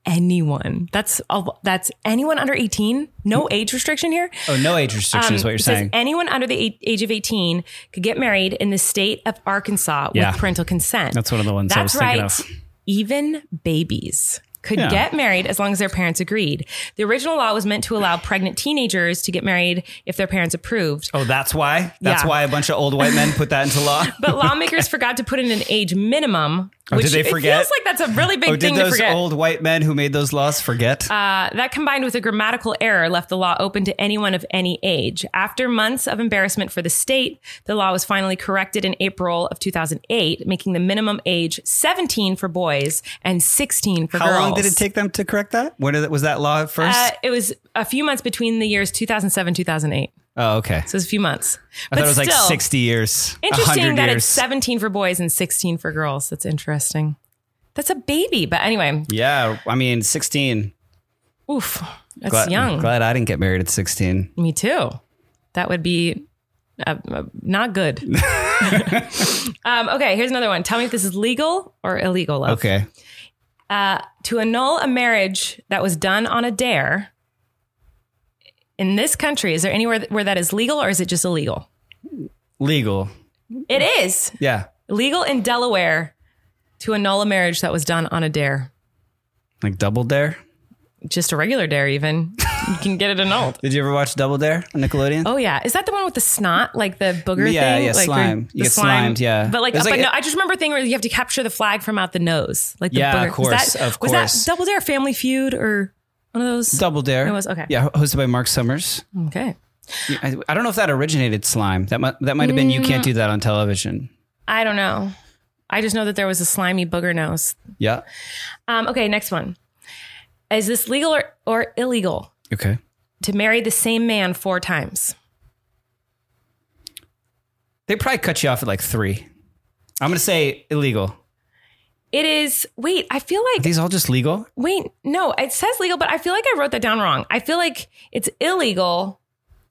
Speaker 2: anyone, that's, a- that's anyone under 18, no
Speaker 3: Mm.
Speaker 2: age restriction here.
Speaker 3: oh, no age restriction is
Speaker 2: Um,
Speaker 3: what you're
Speaker 2: it says
Speaker 3: saying.
Speaker 2: Anyone under the a- age of 18 could get married in the state of Arkansas
Speaker 3: Yeah.
Speaker 2: with parental consent.
Speaker 3: That's one of the ones I
Speaker 2: That's
Speaker 3: was thinking
Speaker 2: right.
Speaker 3: of.
Speaker 2: Even babies could
Speaker 3: Yeah.
Speaker 2: get married as long as their parents agreed. The original law was meant to allow pregnant teenagers to get married if their parents approved.
Speaker 3: Oh, that's why? That's
Speaker 2: Yeah.
Speaker 3: why a bunch of old white men put that into law?
Speaker 2: But lawmakers forgot to put in an age minimum.
Speaker 3: Oh, did
Speaker 2: which
Speaker 3: they forget?
Speaker 2: It feels like that's a really big
Speaker 3: oh,
Speaker 2: thing
Speaker 3: did
Speaker 2: to
Speaker 3: those
Speaker 2: forget.
Speaker 3: old white men who made those laws forget?
Speaker 2: Uh, that combined with a grammatical error left the law open to anyone of any age. After months of embarrassment for the state, the law was finally corrected in April of 2008, making the minimum age 17 for boys and 16 for
Speaker 3: How
Speaker 2: girls.
Speaker 3: long did it take them to correct that? When did, was that law at first?
Speaker 2: Uh, it was a few months between the years 2007 2008.
Speaker 3: oh, okay.
Speaker 2: So it was a few months.
Speaker 3: I thought it was like 60 years.
Speaker 2: Interesting
Speaker 3: 100
Speaker 2: that
Speaker 3: years.
Speaker 2: it's 17 for boys and 16 for girls. That's interesting. That's a baby, but anyway,
Speaker 3: Yeah, I mean, 16.
Speaker 2: oof, that's
Speaker 3: Glad,
Speaker 2: young.
Speaker 3: Glad I didn't get married at 16.
Speaker 2: Me too. That would be uh, uh, not good. um, okay, here's another one. Tell me if this is legal or illegal. Love.
Speaker 3: Okay.
Speaker 2: Uh, to annul a marriage that was done on a dare in this country, is there anywhere th- where that is legal or is it just illegal?
Speaker 3: Legal.
Speaker 2: It is
Speaker 3: Yeah.
Speaker 2: legal in Delaware to annul a marriage that was done on a dare,
Speaker 3: Like Double Dare.
Speaker 2: just a regular dare, even. you can get it annulled.
Speaker 3: Did you ever watch Double Dare on Nickelodeon?
Speaker 2: Oh yeah, is that the one with the snot, like the booger
Speaker 3: Yeah,
Speaker 2: thing?
Speaker 3: yeah,
Speaker 2: like
Speaker 3: slime.
Speaker 2: where
Speaker 3: You get slimed, yeah.
Speaker 2: But like,
Speaker 3: It was
Speaker 2: up
Speaker 3: like
Speaker 2: a-
Speaker 3: a-
Speaker 2: no, I just remember a thing where you have to capture the flag from out the nose, like the
Speaker 3: Yeah,
Speaker 2: booger.
Speaker 3: of course,
Speaker 2: was that,
Speaker 3: of
Speaker 2: was
Speaker 3: course.
Speaker 2: that Double Dare, Family Feud, or one of those?
Speaker 3: Double Dare.
Speaker 2: It was- okay.
Speaker 3: Yeah, hosted by Mark Summers.
Speaker 2: okay,
Speaker 3: I, I don't know if that originated slime. That might, that might have been you
Speaker 2: Mm.
Speaker 3: can't do that on television.
Speaker 2: I don't know. I just know that there was a slimy booger nose.
Speaker 3: Yeah.
Speaker 2: Um, okay, next one. Is this legal or, or illegal
Speaker 3: Okay.
Speaker 2: to marry the same man four times?
Speaker 3: They probably cut you off at like three. I'm gonna say illegal.
Speaker 2: It is. Wait, I feel like
Speaker 3: Are these all just legal?
Speaker 2: Wait, no, it says legal, but I feel like I wrote that down wrong. I feel like it's illegal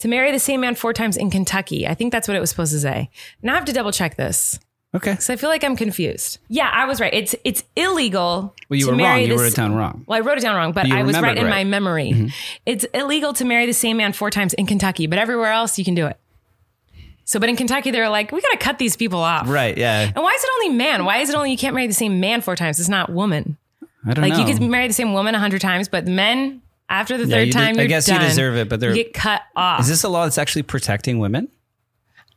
Speaker 2: to marry the same man four times in Kentucky. I think that's what it was supposed to say. Now I have to double check this
Speaker 3: Okay.
Speaker 2: because I feel like I'm confused. Yeah, I was right. It's it's illegal.
Speaker 3: Well, you
Speaker 2: to
Speaker 3: were
Speaker 2: marry
Speaker 3: wrong. You
Speaker 2: this-
Speaker 3: wrote it down wrong.
Speaker 2: Well, I wrote it down wrong, but
Speaker 3: You
Speaker 2: I was
Speaker 3: remembered Mm-hmm.
Speaker 2: right in my
Speaker 3: right.
Speaker 2: memory. It's illegal to marry the same man four times in Kentucky, but everywhere else you can do it. So, but in Kentucky, they're like, we got to cut these people off.
Speaker 3: Right. Yeah.
Speaker 2: And why is it only man? Why is it only you can't marry the same man four times? It's not woman.
Speaker 3: I don't
Speaker 2: Like
Speaker 3: know.
Speaker 2: you could marry the same woman a hundred times, but men after the
Speaker 3: Yeah,
Speaker 2: third
Speaker 3: you de-
Speaker 2: time,
Speaker 3: I
Speaker 2: you're
Speaker 3: guess you
Speaker 2: done.
Speaker 3: deserve it, but they're-
Speaker 2: you get cut off.
Speaker 3: Is this a law that's actually protecting women?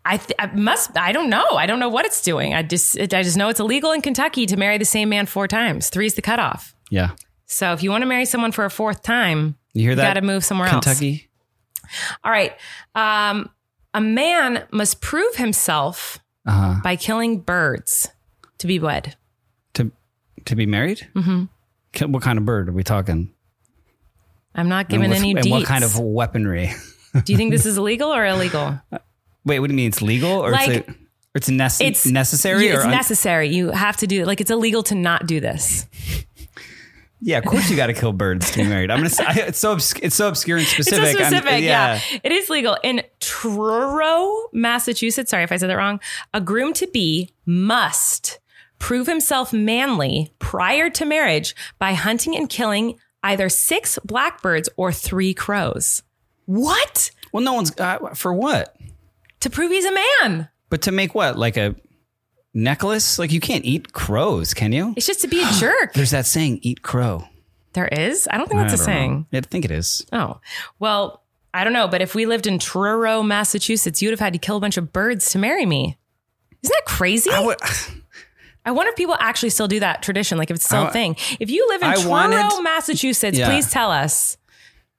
Speaker 2: I, th- I must. I don't know. I don't know what it's doing. I just it, I just know it's illegal in Kentucky to marry the same man four times. Three's the cutoff.
Speaker 3: Yeah.
Speaker 2: So if you want to marry someone for a fourth time,
Speaker 3: You hear
Speaker 2: you
Speaker 3: that?
Speaker 2: got to move somewhere else.
Speaker 3: Kentucky.
Speaker 2: All right. Um, a man must prove himself
Speaker 3: Uh huh.
Speaker 2: by killing birds to be wed.
Speaker 3: To to be married. Mm-hmm. What kind of bird are we talking?
Speaker 2: I'm not giving
Speaker 3: and with-
Speaker 2: any
Speaker 3: and
Speaker 2: deets.
Speaker 3: what kind of weaponry?
Speaker 2: Do you think this is legal or illegal?
Speaker 3: Wait, what do you mean? It's legal or
Speaker 2: Like,
Speaker 3: it's, a, or it's, nece-
Speaker 2: it's-
Speaker 3: necessary?
Speaker 2: You-
Speaker 3: or
Speaker 2: it's
Speaker 3: un-
Speaker 2: necessary. You have to do it. Like it's illegal to not do this.
Speaker 3: yeah, of course you got to kill birds to be married. I'm gonna. Say, I, it's so obsc- it's so obscure and
Speaker 2: It's
Speaker 3: specific.
Speaker 2: so
Speaker 3: I'm-
Speaker 2: specific. yeah. it is legal in Truro, Massachusetts. Sorry if I said that wrong. A groom to be must prove himself manly prior to marriage by hunting and killing either six blackbirds or three crows. What?
Speaker 3: Well, no one's uh, for what?
Speaker 2: To prove he's a man.
Speaker 3: But to make what like a necklace? Like you can't eat crows, can you?
Speaker 2: It's just to be a jerk.
Speaker 3: There's that saying, "Eat crow."
Speaker 2: There is. I don't think that's
Speaker 3: I
Speaker 2: a
Speaker 3: don't
Speaker 2: saying.
Speaker 3: know. I think it is.
Speaker 2: Oh, well, I don't know, but if we lived in Truro, Massachusetts, you'd have had to kill a bunch of birds to marry me. Isn't that crazy? I
Speaker 3: I would.
Speaker 2: wonder if people actually still do that tradition, like if it's still
Speaker 3: I
Speaker 2: a
Speaker 3: wa-
Speaker 2: thing. If you live in
Speaker 3: I
Speaker 2: Truro,
Speaker 3: wanted-
Speaker 2: Massachusetts,
Speaker 3: Yeah.
Speaker 2: please tell us.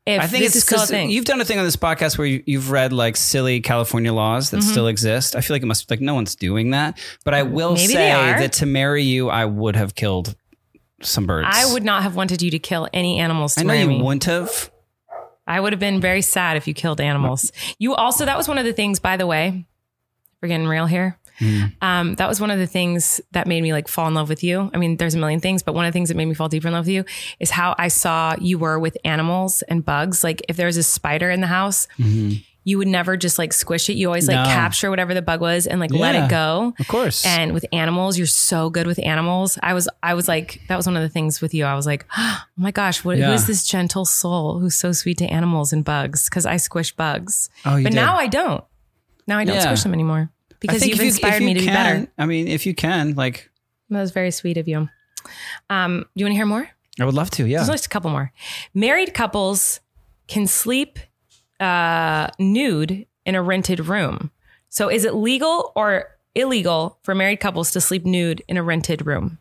Speaker 2: If
Speaker 3: I think
Speaker 2: this
Speaker 3: it's
Speaker 2: is still a
Speaker 3: because
Speaker 2: thing.
Speaker 3: you've done a thing on this podcast where you, you've read like silly California laws
Speaker 2: Mm-hmm.
Speaker 3: that still exist. I feel like it must like no one's doing that. But I will
Speaker 2: Maybe they
Speaker 3: say
Speaker 2: are.
Speaker 3: that to marry you, I would have killed some birds.
Speaker 2: I would not have wanted you to kill any animals to
Speaker 3: I know
Speaker 2: marry
Speaker 3: you
Speaker 2: me.
Speaker 3: wouldn't have.
Speaker 2: I would have been very sad if you killed animals. You also, that was one of the things, by the way, we're getting real here.
Speaker 3: Hmm.
Speaker 2: Um, that was one of the things that made me like fall in love with you. I mean, there's a million things, but one of the things that made me fall deeper in love with you is how I saw you were with animals and bugs. Like if there was a spider in the house, you would never just like squish it. You always like
Speaker 3: Mm-hmm. No.
Speaker 2: capture whatever the bug was and like let
Speaker 3: Yeah.
Speaker 2: it go.
Speaker 3: Of course.
Speaker 2: And with animals, you're so good with animals. I was, I was like, that was one of the things with you. I was like, oh my gosh, what,
Speaker 3: Yeah.
Speaker 2: who is this gentle soul who's so sweet to animals and bugs? Because I squish bugs,
Speaker 3: oh, you
Speaker 2: but
Speaker 3: did.
Speaker 2: now I don't. Now I don't
Speaker 3: Yeah.
Speaker 2: squish them anymore
Speaker 3: I
Speaker 2: because
Speaker 3: think
Speaker 2: you've
Speaker 3: if you- if
Speaker 2: inspired
Speaker 3: you
Speaker 2: me to be
Speaker 3: can-
Speaker 2: better.
Speaker 3: I mean, if you can, like,
Speaker 2: That was very sweet of you. Um, do you want to hear more?
Speaker 3: I would love to.
Speaker 2: There's
Speaker 3: Yeah.
Speaker 2: just a couple more. Married couples can sleep uh, nude in a rented room. So is it legal or illegal for married couples to sleep nude in a rented room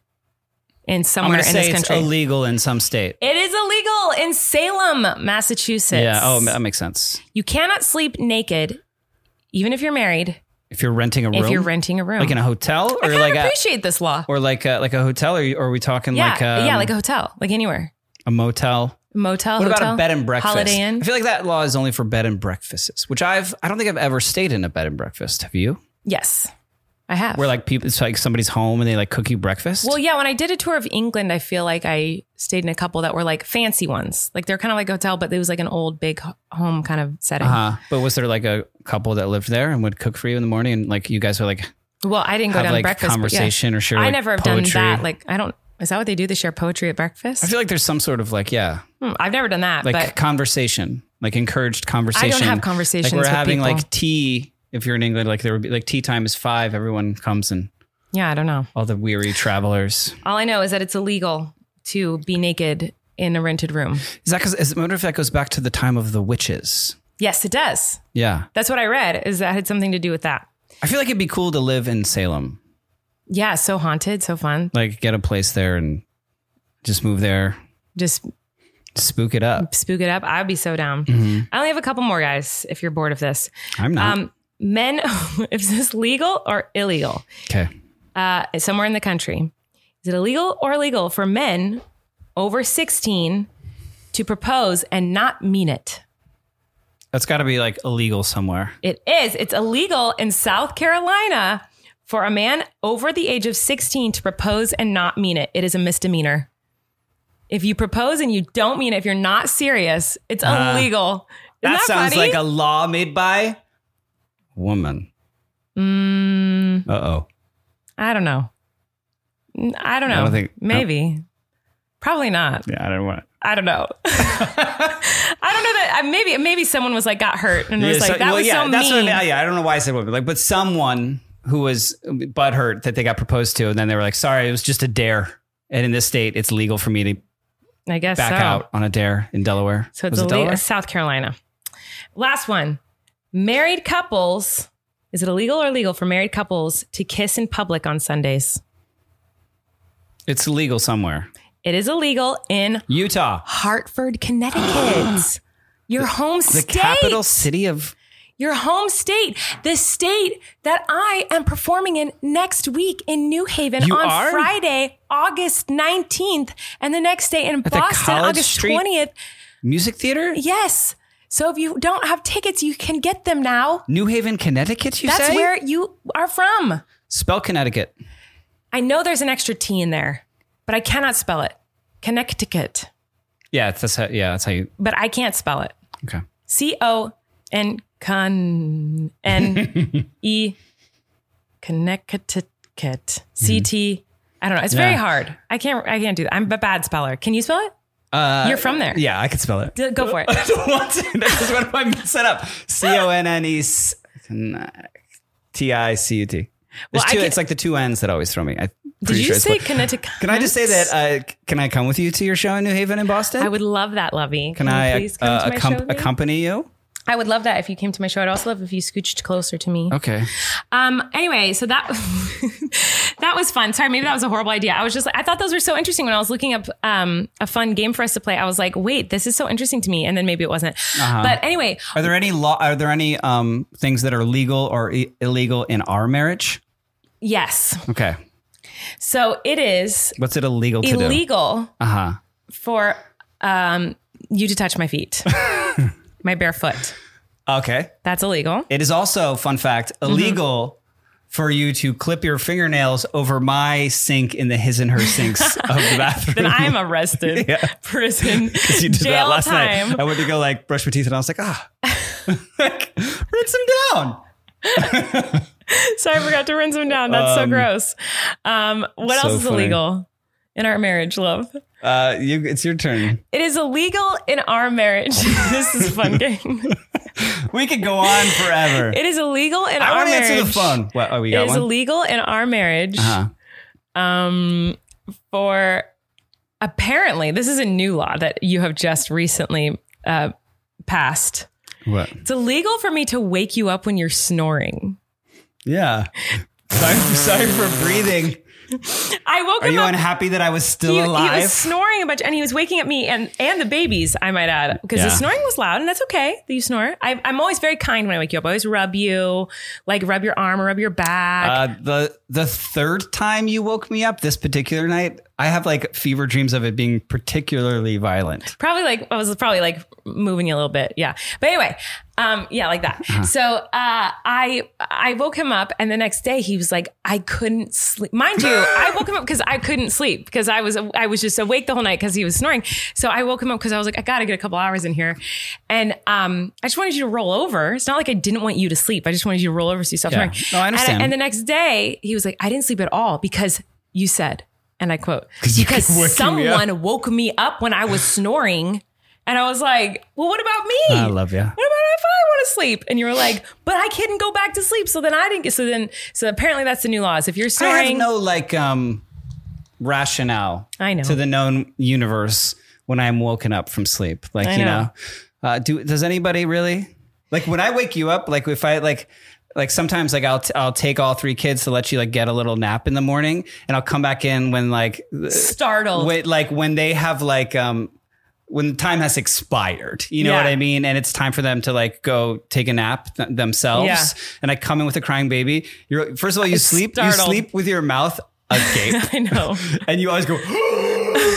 Speaker 2: in
Speaker 3: I'm
Speaker 2: somewhere
Speaker 3: going
Speaker 2: in
Speaker 3: to say
Speaker 2: this
Speaker 3: it's
Speaker 2: country?
Speaker 3: illegal in some state.
Speaker 2: it is illegal in Salem, Massachusetts.
Speaker 3: Yeah. Oh, that makes sense.
Speaker 2: you cannot sleep naked, even if you're married,
Speaker 3: If you're renting a room,
Speaker 2: if you're renting a room.
Speaker 3: like in a hotel
Speaker 2: I
Speaker 3: or
Speaker 2: kind
Speaker 3: like
Speaker 2: of
Speaker 3: a,
Speaker 2: appreciate this law.
Speaker 3: or like a, like a hotel, or, you- or are we talking
Speaker 2: yeah,
Speaker 3: like a,
Speaker 2: yeah, like a hotel, like anywhere,
Speaker 3: a motel?
Speaker 2: motel.
Speaker 3: What
Speaker 2: hotel,
Speaker 3: about a bed and breakfast?
Speaker 2: Holiday Inn.
Speaker 3: I feel like that law is only for bed and breakfasts, which I've I don't think I've ever stayed in a bed and breakfast. Have you?
Speaker 2: Yes, I have.
Speaker 3: Where like people, it's like somebody's home and they like cook you breakfast.
Speaker 2: Well, yeah, when I did a tour of England, I feel like I stayed in a couple that were like fancy ones. Like they're kind of like a hotel, but it was like an old big h- home kind of setting.
Speaker 3: uh-huh. But was there like a couple that lived there and would cook for you in the morning and like you guys would like
Speaker 2: Well, I didn't go
Speaker 3: have
Speaker 2: down to
Speaker 3: like
Speaker 2: breakfast. but yeah.
Speaker 3: conversation or share?
Speaker 2: I
Speaker 3: like,
Speaker 2: never have
Speaker 3: poetry?
Speaker 2: done that. Like I don't. Is that what they do? They share poetry at breakfast?
Speaker 3: I feel like there's some sort of like yeah,
Speaker 2: Hmm, I've never done that,
Speaker 3: like
Speaker 2: but
Speaker 3: conversation, like encouraged conversation.
Speaker 2: have conversations
Speaker 3: Like we're
Speaker 2: with
Speaker 3: having
Speaker 2: people.
Speaker 3: like tea. If you're in England, like there would be like tea time is five. Everyone comes and
Speaker 2: yeah, I don't know.
Speaker 3: all the weary travelers.
Speaker 2: All I know is that it's illegal to be naked in a rented room.
Speaker 3: Is that because? I wonder if that goes back to the time of the witches.
Speaker 2: Yes, it does.
Speaker 3: Yeah,
Speaker 2: That's what I read. Is that had something to do with that?
Speaker 3: I feel like it'd be cool to live in Salem,
Speaker 2: Yeah, so haunted, so fun.
Speaker 3: like get a place there and just move there,
Speaker 2: Just
Speaker 3: spook it up.
Speaker 2: spook it up. I'd be so down.
Speaker 3: Mm-hmm.
Speaker 2: I only have a couple more guys. If you're bored of this,
Speaker 3: I'm not
Speaker 2: Um, men, is this legal or illegal?
Speaker 3: okay.
Speaker 2: Uh, somewhere in the country, is it illegal or illegal for men over 16 to propose and not mean it?
Speaker 3: That's got to be like illegal somewhere.
Speaker 2: It is. It's illegal in South Carolina for a man over the age of 16 to propose and not mean it. It is a misdemeanor. If you propose and you don't mean it, if you're not serious, it's illegal. Isn't that,
Speaker 3: Uh,
Speaker 2: funny?
Speaker 3: sounds
Speaker 2: Mm.
Speaker 3: like a law made by woman. Mm. Uh oh.
Speaker 2: I don't know. N- I don't know.
Speaker 3: I don't think-
Speaker 2: Maybe. Probably not.
Speaker 3: Yeah, I don't want.
Speaker 2: I don't know. I don't know that uh, maybe maybe someone was like got hurt and was like that was
Speaker 3: yeah,
Speaker 2: so
Speaker 3: that's
Speaker 2: mean.
Speaker 3: What, I mean. yeah, I don't know why I said woman, like, but someone who was butthurt that they got proposed to, and then they were like, "Sorry, it was just a dare." And in this state, it's legal for me to
Speaker 2: I guess
Speaker 3: back
Speaker 2: so.
Speaker 3: out on a dare in Delaware.
Speaker 2: So it's
Speaker 3: Was it
Speaker 2: illegal.
Speaker 3: Delaware?
Speaker 2: South Carolina. Last one. Married couples. Is it illegal or legal for married couples to kiss in public on Sundays?
Speaker 3: It's illegal somewhere.
Speaker 2: It is illegal in
Speaker 3: Utah,
Speaker 2: Hartford, Connecticut. Your home
Speaker 3: the
Speaker 2: state.
Speaker 3: capital city of.
Speaker 2: your home state, the state that I am performing in next week in New Haven
Speaker 3: You
Speaker 2: on
Speaker 3: are?
Speaker 2: Friday, August 19th, and the next day in
Speaker 3: the
Speaker 2: Boston,
Speaker 3: College
Speaker 2: August
Speaker 3: Street?
Speaker 2: 20th.
Speaker 3: Music theater?
Speaker 2: Yes. So if you don't have tickets, you can get them now.
Speaker 3: New Haven, Connecticut, you
Speaker 2: That's
Speaker 3: say?
Speaker 2: where you are from.
Speaker 3: Spell Connecticut.
Speaker 2: I know there's an extra T in there, but I cannot spell it. Connecticut,
Speaker 3: Yeah, it's- that's how, yeah, that's how you.
Speaker 2: but I can't spell it.
Speaker 3: Okay.
Speaker 2: C O N con N E Connecticut C T. I don't know. It's very
Speaker 3: Yeah.
Speaker 2: hard. I can't. I can't do that. I'm a bad speller. Can you spell it?
Speaker 3: Uh,
Speaker 2: You're from there.
Speaker 3: Yeah, I can spell it.
Speaker 2: D- Go for it.
Speaker 3: I don't want to. That's just what I set up. C O N N E S T I C U T. There's
Speaker 2: Well, I
Speaker 3: two.
Speaker 2: can-
Speaker 3: It's like the two N's that always throw me. I,
Speaker 2: Did you say Connecticut?
Speaker 3: Can I just say that? Uh, can I come with you to your show in New Haven in Boston?
Speaker 2: I would love that, Lovey.
Speaker 3: Can I
Speaker 2: you please come
Speaker 3: uh,
Speaker 2: to my show,
Speaker 3: accom-
Speaker 2: Lovey?
Speaker 3: accompany you?
Speaker 2: I would love that if you came to my show. I'd also love if you scooched closer to me.
Speaker 3: Okay.
Speaker 2: Um. Anyway, so that that was fun. Sorry, maybe that was a horrible idea. I was just like, I thought those were so interesting when I was looking up um a fun game for us to play. I was like, wait, this is so interesting to me, and then maybe it wasn't.
Speaker 3: Uh-huh.
Speaker 2: But anyway,
Speaker 3: Are there any law? Are there any um things that are legal or I- illegal in our marriage?
Speaker 2: yes.
Speaker 3: Okay.
Speaker 2: So it is
Speaker 3: What's it illegal to do?
Speaker 2: illegal
Speaker 3: Uh huh.
Speaker 2: for um you to touch my feet, my bare foot.
Speaker 3: Okay.
Speaker 2: That's illegal.
Speaker 3: It is also fun fact
Speaker 2: Mm-hmm.
Speaker 3: illegal. For you to clip your fingernails over my sink in the his and her sinks of the bathroom.
Speaker 2: Then I'm arrested. Prison.
Speaker 3: you did
Speaker 2: jail
Speaker 3: that last
Speaker 2: time.
Speaker 3: night. I went to go like brush my teeth, and I was like, ah, like, rinse them down.
Speaker 2: Sorry, I forgot to rinse them down. That's so gross. Um, what
Speaker 3: so
Speaker 2: else is
Speaker 3: funny.
Speaker 2: illegal in our marriage, love?
Speaker 3: Uh, you, it's your turn.
Speaker 2: It is illegal in our marriage. this is a fun game.
Speaker 3: We could go on forever.
Speaker 2: It is illegal in
Speaker 3: I
Speaker 2: our
Speaker 3: want to
Speaker 2: marriage.
Speaker 3: answer the phone. What? Oh, we
Speaker 2: It
Speaker 3: got
Speaker 2: is
Speaker 3: one. Uh-huh.
Speaker 2: illegal in our marriage um, for apparently, this is a new law that you have just recently uh, passed.
Speaker 3: What?
Speaker 2: It's illegal for me to wake you up when you're snoring.
Speaker 3: Yeah. Sorry, sorry for breathing.
Speaker 2: I woke
Speaker 3: Are
Speaker 2: him
Speaker 3: you
Speaker 2: up
Speaker 3: unhappy that I was still
Speaker 2: he, he
Speaker 3: alive?
Speaker 2: was snoring a bunch, and he was waking up me and and the babies. I might add, because
Speaker 3: Yeah.
Speaker 2: the snoring was loud, and that's okay that you snore. I, I'm always very kind when I wake you up. I always rub you, like rub your arm or rub your back.
Speaker 3: uh, the the third time you woke me up this particular night, I have like fever dreams of it being particularly violent.
Speaker 2: probably like I was probably like moving you a little bit, yeah. But anyway, um, yeah, like that.
Speaker 3: Uh-huh.
Speaker 2: So uh, I I woke him up, and the next day he was like, I couldn't sleep. Mind you, I woke him up because I couldn't sleep because I was I was just awake the whole night because he was snoring. So I woke him up because I was like, I gotta get a couple hours in here, and um, I just wanted you to roll over. It's not like I didn't want you to sleep. I just wanted you to roll over so you stopped
Speaker 3: Yeah.
Speaker 2: snoring.
Speaker 3: No, I understand.
Speaker 2: And, and the next day he was like, I didn't sleep at all because you said. And I quote,
Speaker 3: you
Speaker 2: because
Speaker 3: kept waking me up."
Speaker 2: someone woke me up when I was snoring. And I was like, well, what about me?
Speaker 3: I love you.
Speaker 2: What about if I want to sleep? And you were like, but I couldn't go back to sleep. So then I didn't get, so then, so apparently that's the new laws. If you're
Speaker 3: I have
Speaker 2: snoring,
Speaker 3: no like um rationale
Speaker 2: I know.
Speaker 3: to the known universe when I'm woken up from sleep. Like,
Speaker 2: I
Speaker 3: you know.
Speaker 2: know.
Speaker 3: Uh do does anybody really? Like when I wake you up, like if I like like sometimes like I'll t- I'll take all three kids to let you like get a little nap in the morning and I'll come back in when like
Speaker 2: startled.
Speaker 3: wait like when they have like um when time has expired you know
Speaker 2: Yeah.
Speaker 3: what i mean and it's time for them to like go take a nap th- themselves
Speaker 2: Yeah.
Speaker 3: and i come in with a crying baby you're first of all you sleep you
Speaker 2: startled.
Speaker 3: sleep with your mouth agape
Speaker 2: I know.
Speaker 3: and you always go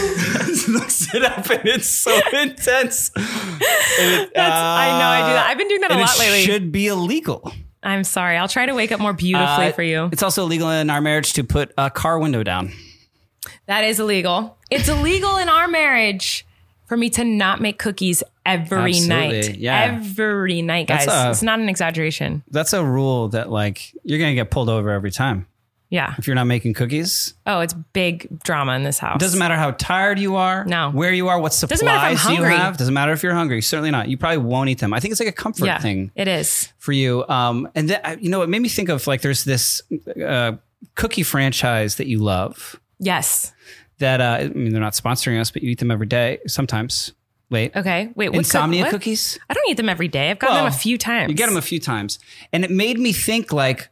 Speaker 3: sit up and it's so intense
Speaker 2: That's, I know I do that. I've been doing that a
Speaker 3: and
Speaker 2: lot
Speaker 3: it
Speaker 2: lately.
Speaker 3: should be illegal
Speaker 2: I'm sorry. I'll try to wake up more beautifully
Speaker 3: Uh,
Speaker 2: for you.
Speaker 3: it's also illegal in our marriage to put a car window down
Speaker 2: That is illegal. It's illegal in our marriage for me to not make cookies every
Speaker 3: Absolutely,
Speaker 2: night.
Speaker 3: yeah.
Speaker 2: Every night,
Speaker 3: That's
Speaker 2: guys.
Speaker 3: a-
Speaker 2: it's not an exaggeration.
Speaker 3: that's a rule that like you're gonna get pulled over every time
Speaker 2: Yeah.
Speaker 3: if you're not making cookies
Speaker 2: Oh, it's big drama in this house.
Speaker 3: Doesn't matter how tired you are,
Speaker 2: No.
Speaker 3: where you are, what supplies
Speaker 2: Doesn't matter if I'm
Speaker 3: you
Speaker 2: hungry.
Speaker 3: have. Doesn't matter if you're hungry. Certainly not. You probably won't eat them. I think it's like a comfort
Speaker 2: yeah,
Speaker 3: thing
Speaker 2: It is.
Speaker 3: for you. Um, and th- I- you know, it made me think of like there's this uh, cookie franchise that you love.
Speaker 2: Yes.
Speaker 3: That uh, I mean, they're not sponsoring us, but you eat them every day. Sometimes late.
Speaker 2: Okay. Wait. What cook-
Speaker 3: Insomnia
Speaker 2: what?
Speaker 3: cookies.
Speaker 2: I don't eat them every day. I've gotten
Speaker 3: Well,
Speaker 2: them a few times.
Speaker 3: Oh, You get them a few times, and it made me think like.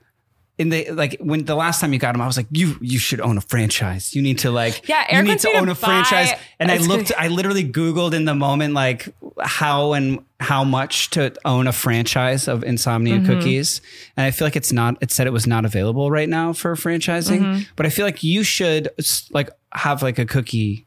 Speaker 3: In the like when the last time you got them, I was like, you you should own a franchise. You need to like
Speaker 2: Yeah,
Speaker 3: you
Speaker 2: Eric
Speaker 3: need
Speaker 2: wants
Speaker 3: to
Speaker 2: me to
Speaker 3: own a
Speaker 2: buy-
Speaker 3: franchise. And I
Speaker 2: It's good.
Speaker 3: looked, I literally Googled in the moment like how and how much to own a franchise of Insomnia
Speaker 2: Mm-hmm.
Speaker 3: Cookies. And I feel like it's not. It said it was not available right now for franchising,
Speaker 2: Mm-hmm.
Speaker 3: but I feel like you should s- like have like a cookie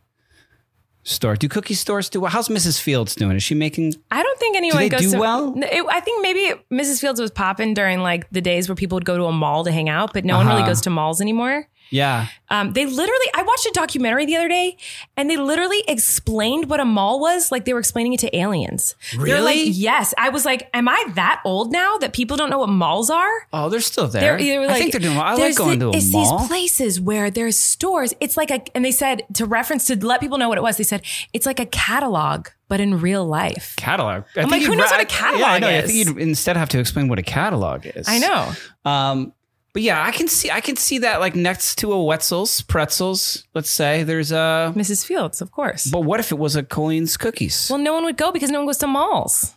Speaker 3: store. Do cookie stores do? How's Mrs. Fields doing? Is she making?
Speaker 2: I don't think anyone
Speaker 3: they
Speaker 2: goes
Speaker 3: do
Speaker 2: to,
Speaker 3: well?
Speaker 2: No, it- I think maybe Mrs. Fields was popping during like the days where people would go to a mall to hang out, but no one really
Speaker 3: Uh-huh.
Speaker 2: goes to malls anymore.
Speaker 3: Yeah,
Speaker 2: Um, they literally, I watched a documentary the other day and they literally explained what a mall was like they were explaining it to aliens. They're like,
Speaker 3: Really?
Speaker 2: yes. I was like, am I that old now that people don't know what malls are?
Speaker 3: Oh, they're still
Speaker 2: They're,
Speaker 3: there.
Speaker 2: they're like,
Speaker 3: I think they're doing well. I like
Speaker 2: there's
Speaker 3: going
Speaker 2: the-
Speaker 3: to a
Speaker 2: it's
Speaker 3: mall.
Speaker 2: these places where there's stores. It's like a, and they said to reference to let people know what it was. They said it's like a catalog, but in real life.
Speaker 3: catalog. I
Speaker 2: like,
Speaker 3: you'd
Speaker 2: who knows
Speaker 3: ra-
Speaker 2: what a
Speaker 3: Yeah, I, know.
Speaker 2: catalog
Speaker 3: I think
Speaker 2: is?
Speaker 3: you'd instead have to explain what a catalog is.
Speaker 2: I know.
Speaker 3: Um, but yeah, I can see I can see that like next to a Wetzel's pretzels, let's say there's a.
Speaker 2: Mrs. Fields, of course.
Speaker 3: But what if it was a Colleen's cookies?
Speaker 2: Well, no one would go because no one goes to malls.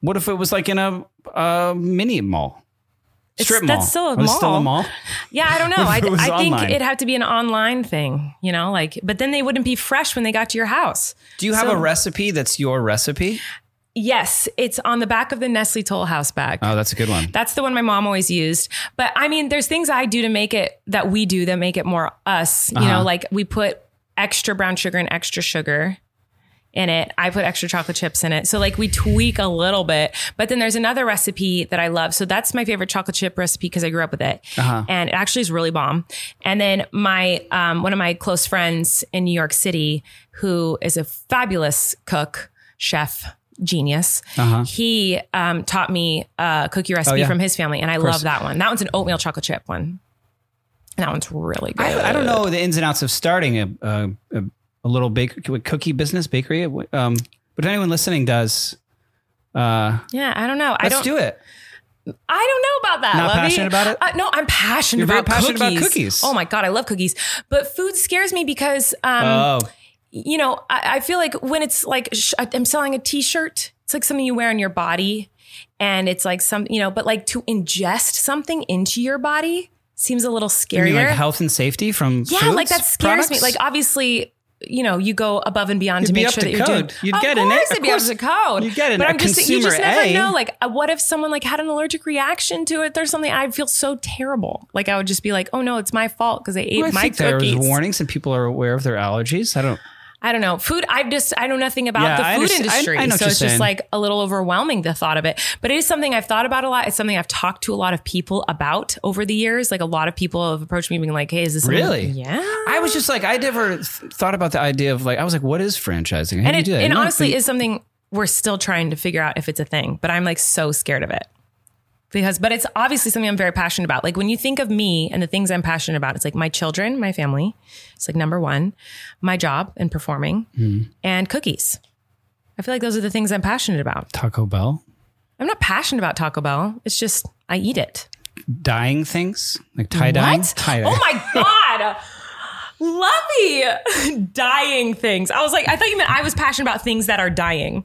Speaker 3: What if it was like in a, a mini mall?
Speaker 2: It's-
Speaker 3: Strip mall.
Speaker 2: that's still a
Speaker 3: Was it still a
Speaker 2: mall.
Speaker 3: mall.
Speaker 2: Yeah, I don't know.
Speaker 3: If
Speaker 2: I,
Speaker 3: it was
Speaker 2: I think
Speaker 3: online.
Speaker 2: it'd have to be an online thing, you know, like, but then they wouldn't be fresh when they got to your house.
Speaker 3: Do you have
Speaker 2: So-
Speaker 3: a recipe that's your recipe?
Speaker 2: Yes, it's on the back of the Nestle Toll House bag.
Speaker 3: Oh, that's a good one.
Speaker 2: That's the one my mom always used. But I mean, there's things I do to make it that we do that make it more us. You
Speaker 3: Uh-huh.
Speaker 2: know, like we put extra brown sugar and extra sugar in it. I put extra chocolate chips in it. So like we tweak a little bit. But then there's another recipe that I love. So that's my favorite chocolate chip recipe because I grew up with it.
Speaker 3: Uh-huh.
Speaker 2: And it actually is really bomb. And then my um, one of my close friends in New York City who is a fabulous cook, chef, genius. He um, taught me a cookie recipe
Speaker 3: Uh-huh. Oh, yeah.
Speaker 2: from his family and I love that one. That one's an oatmeal chocolate chip one. And that one's really good.
Speaker 3: I, I don't know the ins and outs of starting a a, a, a little bake, cookie business bakery. Um, but if anyone listening does, uh,
Speaker 2: Yeah, I don't know. I
Speaker 3: let's
Speaker 2: don't
Speaker 3: do it.
Speaker 2: I don't know about that.
Speaker 3: Not
Speaker 2: Lovey.
Speaker 3: passionate about it?
Speaker 2: Uh, no, I'm passionate
Speaker 3: You're very
Speaker 2: about
Speaker 3: passionate about
Speaker 2: cookies.
Speaker 3: cookies.
Speaker 2: Oh my god, I love cookies. But food scares me because, um,
Speaker 3: Oh,
Speaker 2: you know, I, I feel like when it's like sh- I'm selling a T-shirt, it's like something you wear on your body, and it's like some, you know, but like to ingest something into your body seems a little
Speaker 3: I
Speaker 2: scarier.
Speaker 3: mean, like health and safety from
Speaker 2: yeah,
Speaker 3: foods,
Speaker 2: like that scares
Speaker 3: products?
Speaker 2: me. Like obviously. You know, you go above and beyond to
Speaker 3: be
Speaker 2: make
Speaker 3: up
Speaker 2: sure
Speaker 3: to
Speaker 2: that you're doing.
Speaker 3: code. You'd
Speaker 2: of
Speaker 3: get an A-
Speaker 2: course,
Speaker 3: of
Speaker 2: it'd be up
Speaker 3: course,
Speaker 2: to code.
Speaker 3: you'd get an-
Speaker 2: but
Speaker 3: a
Speaker 2: I'm just, you just
Speaker 3: consumer
Speaker 2: never
Speaker 3: A.
Speaker 2: know. Like, uh, what if someone like had an allergic reaction to it? There's something I'd feel so terrible. Like, I would just be like, oh no, it's my fault because I ate
Speaker 3: Well, I
Speaker 2: my
Speaker 3: think
Speaker 2: cookies.
Speaker 3: there's warnings and people are aware of their allergies. I don't.
Speaker 2: I don't know. Food, I've just, I know nothing about
Speaker 3: Yeah, I
Speaker 2: the food
Speaker 3: understand- I-
Speaker 2: industry.
Speaker 3: I know what
Speaker 2: so
Speaker 3: you're
Speaker 2: it's
Speaker 3: saying.
Speaker 2: just like a little overwhelming, the thought of it. But it is something I've thought about a lot. It's something I've talked to a lot of people about over the years. Like a lot of people have approached me being like, hey, is this something-
Speaker 3: Really?
Speaker 2: Yeah.
Speaker 3: I was just like, I never th- thought about the idea of like, I was like, what is franchising? How
Speaker 2: and
Speaker 3: do you
Speaker 2: it,
Speaker 3: do that?
Speaker 2: and
Speaker 3: You know,
Speaker 2: honestly
Speaker 3: the-
Speaker 2: is something we're still trying to figure out if it's a thing but i'm like so scared of it because but it's obviously something i'm very passionate about like when you think of me and the things i'm passionate about it's like my children my family it's like number one my job and performing
Speaker 3: Hmm.
Speaker 2: and cookies i feel like those are the things i'm passionate about
Speaker 3: Taco Bell
Speaker 2: i'm not passionate about taco bell it's just i eat it
Speaker 3: dyeing things like tie dyeing.
Speaker 2: what?
Speaker 3: Tie dye.
Speaker 2: Oh my god. Lovey dying things. I was like, I thought you meant I was passionate about things that are dying.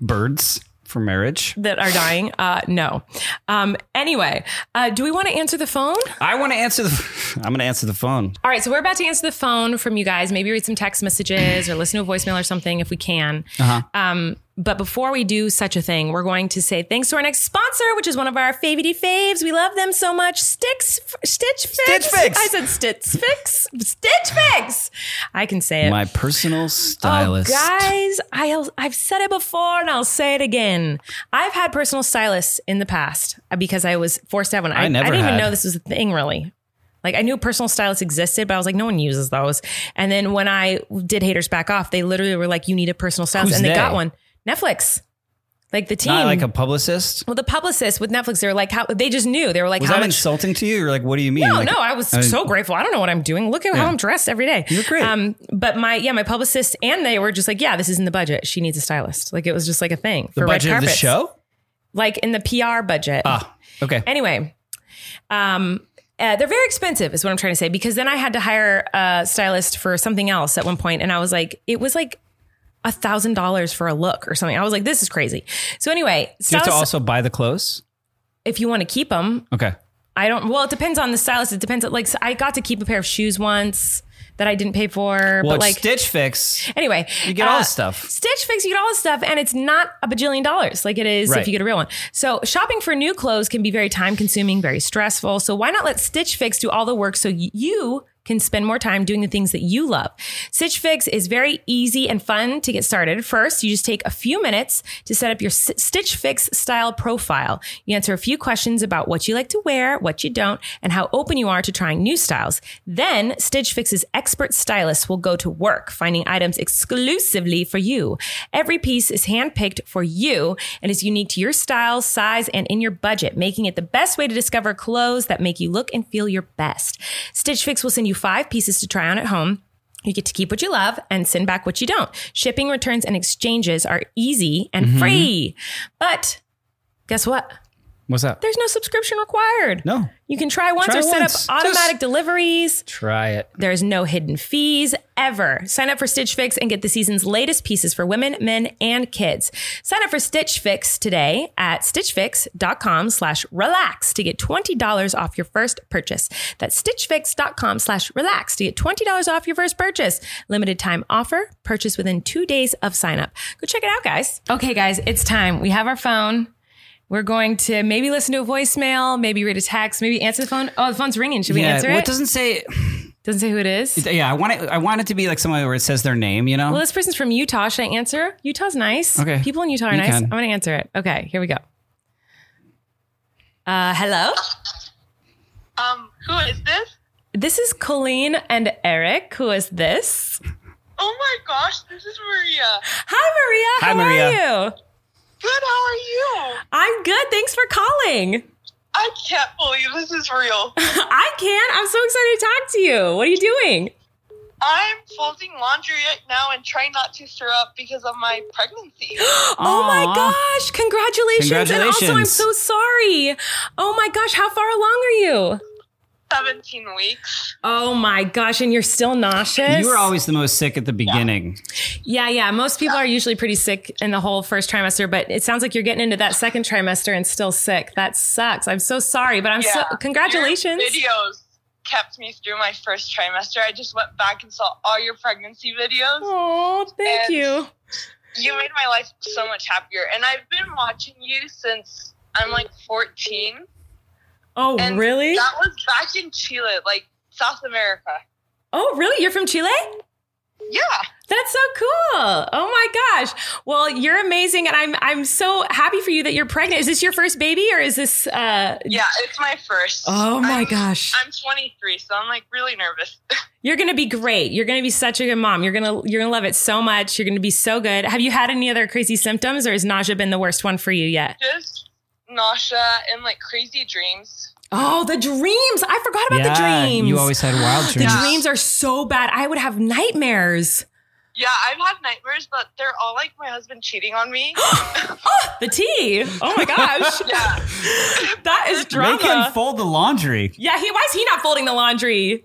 Speaker 3: Birds for marriage.
Speaker 2: that are dying. Uh, no. Um, anyway, uh, do we want to answer the phone?
Speaker 3: I want to answer the. I'm going to answer the phone.
Speaker 2: All right, so we're about to answer the phone from you guys. Maybe read some text messages or listen to a voicemail or something if we can.
Speaker 3: Uh-huh.
Speaker 2: Um, but before we do such a thing, we're going to say thanks to our next sponsor, which is one of our favity faves. We love them so much. Sticks, f- Stitch Fix.
Speaker 3: Stitch Fix.
Speaker 2: I said Stitch Fix. Stitch Fix. I can say it.
Speaker 3: My personal stylist.
Speaker 2: Oh, guys, I'll, I've said it before and I'll say it again. I've had personal stylists in the past because I was forced to have one. I,
Speaker 3: never
Speaker 2: I didn't
Speaker 3: had.
Speaker 2: even know this was a thing, really. Like I knew personal stylists existed, but I was like, no one uses those. And then when I did Haters Back Off, they literally were like, you need a personal stylist,
Speaker 3: Who's
Speaker 2: and they,
Speaker 3: they?
Speaker 2: got one. Netflix, like the team.
Speaker 3: Not like a publicist.
Speaker 2: well, the publicist with Netflix, they were like, how they just knew. They were like,
Speaker 3: Was
Speaker 2: how
Speaker 3: that
Speaker 2: much
Speaker 3: insulting to you? Or like, what do you mean?
Speaker 2: no,
Speaker 3: Like,
Speaker 2: no, I was
Speaker 3: mean-
Speaker 2: so grateful. I don't know what I'm doing. Look at how I'm dressed every day.
Speaker 3: look great.
Speaker 2: Um, but my yeah, my publicist and they were just like, yeah, this isn't the budget. She needs a stylist. Like it was just like a thing
Speaker 3: the
Speaker 2: for
Speaker 3: budget
Speaker 2: red
Speaker 3: of the
Speaker 2: carpets.
Speaker 3: show.
Speaker 2: like in the PR budget.
Speaker 3: Ah, okay.
Speaker 2: Anyway, um, uh, they're very expensive, is what I'm trying to say. Because then I had to hire a stylist for something else at one point, and I was like, it was like a thousand dollars for a look or something. I was like, this is crazy. So anyway,
Speaker 3: Do you have to
Speaker 2: stylists,
Speaker 3: also buy the clothes?
Speaker 2: if you want to keep them,
Speaker 3: Okay.
Speaker 2: I don't. Well, it depends on the stylist. It depends. Like I got to keep a pair of shoes once that I didn't pay for, but
Speaker 3: Well, it's
Speaker 2: like uh,
Speaker 3: Stitch Fix.
Speaker 2: anyway,
Speaker 3: You get all the stuff.
Speaker 2: Stitch Fix, you get all the stuff, and it's not a bajillion dollars like it is
Speaker 3: Right.
Speaker 2: if you get a real one. So shopping for new clothes can be very time consuming, very stressful. So why not let Stitch Fix do all the work so y- you can spend more time doing the things that you love. Stitch Fix is very easy and fun to get started. First, you just take a few minutes to set up your S- Stitch Fix style profile. You answer a few questions about what you like to wear, what you don't, and how open you are to trying new styles. Then, Stitch Fix's expert stylists will go to work finding items exclusively for you. Every piece is handpicked for you and is unique to your style, size, and in your budget, making it the best way to discover clothes that make you look and feel your best. Stitch Fix will send you five pieces to try on at home. You get to keep what you love and send back what you don't. Shipping,
Speaker 3: Mm-hmm.
Speaker 2: returns, and exchanges are easy and free. But guess what?
Speaker 3: What's that?
Speaker 2: There's no subscription required.
Speaker 3: No.
Speaker 2: You can try once
Speaker 3: Try
Speaker 2: or set
Speaker 3: once.
Speaker 2: up automatic
Speaker 3: Just-
Speaker 2: deliveries.
Speaker 3: Try it.
Speaker 2: There's no hidden fees ever. Sign up for Stitch Fix and get the season's latest pieces for women, men, and kids. Sign up for Stitch Fix today at stitchfix.com slash relax to get $20 off your first purchase. That's stitchfix.com slash relax to get $20 off your first purchase. Limited time offer. Purchase within two days of sign up. Go check it out, guys. Okay, guys, it's time. We have our phone. We're going to maybe listen to a voicemail, maybe read a text, maybe answer the phone. Oh, the phone's ringing. Should we answer
Speaker 3: well,
Speaker 2: it?
Speaker 3: it doesn't say.
Speaker 2: Doesn't say who it is.
Speaker 3: Yeah, I want it. I want it to be like somewhere where it says their name. You know.
Speaker 2: Well, this person's from Utah. Should I answer? Utah's nice.
Speaker 3: Okay.
Speaker 2: People in Utah are
Speaker 3: You
Speaker 2: nice.
Speaker 3: can.
Speaker 2: I'm going to answer it. Okay. Here we go. Uh, hello.
Speaker 4: Um, who is this?
Speaker 2: This is Colleen and Eric. Who is this?
Speaker 4: Oh my gosh, this is Maria.
Speaker 2: Hi, Maria.
Speaker 3: Hi,
Speaker 2: How
Speaker 3: Maria.
Speaker 2: are you?
Speaker 4: Good, how are you?
Speaker 2: I'm good. Thanks for calling.
Speaker 4: I can't believe this is real.
Speaker 2: I can. I'm so excited to talk to you. What are you doing?
Speaker 4: I'm folding laundry right now and trying not to stir up because of my pregnancy.
Speaker 2: Oh my
Speaker 3: Aw.
Speaker 2: gosh. Congratulations. And also, I'm
Speaker 3: Congratulations.
Speaker 2: so sorry. Oh my gosh. How far along are you?
Speaker 4: 17 weeks.
Speaker 2: Oh my gosh. And you're still nauseous?
Speaker 3: you were always the most sick at the beginning.
Speaker 2: Yeah, yeah. Most people are usually pretty sick in the whole first trimester, but it sounds like you're getting into that second trimester and still sick. That sucks. I'm so sorry, but I'm
Speaker 4: Yeah.
Speaker 2: so congratulations.
Speaker 4: Your videos kept me through my first trimester. I just went back and saw all your pregnancy videos.
Speaker 2: Oh, thank
Speaker 4: And-
Speaker 2: you.
Speaker 4: You made my life so much happier. And I've been watching you since I'm like 14.
Speaker 2: Oh,
Speaker 4: And
Speaker 2: really?
Speaker 4: That was back in Chile, like South America.
Speaker 2: oh, really? You're from Chile?
Speaker 4: Yeah.
Speaker 2: That's so cool. Oh my gosh. Well, you're amazing and I'm I'm so happy for you that you're pregnant. Is this your first baby or is this uh
Speaker 4: Yeah, it's my first.
Speaker 2: Oh my
Speaker 4: I'm-
Speaker 2: gosh.
Speaker 4: I'm 23, so I'm like really nervous.
Speaker 2: You're going to be great. You're going to be such a good mom. You're going to you're going to love it so much. You're going to be so good. Have you had any other crazy symptoms or has nausea been the worst one for you yet?
Speaker 4: Just nausea and like crazy dreams.
Speaker 2: Oh, the dreams. I forgot about
Speaker 3: yeah,
Speaker 2: the dreams.
Speaker 3: you always had wild
Speaker 2: the
Speaker 3: dreams.
Speaker 4: Yeah.
Speaker 2: dreams are so bad. I would have nightmares.
Speaker 4: Yeah, I've had nightmares, but they're all like my husband cheating on me.
Speaker 2: The tea. Oh my gosh.
Speaker 4: yeah.
Speaker 2: that is
Speaker 3: Make him
Speaker 2: drama.
Speaker 3: fold the laundry.
Speaker 2: yeah, he why is he not folding the laundry?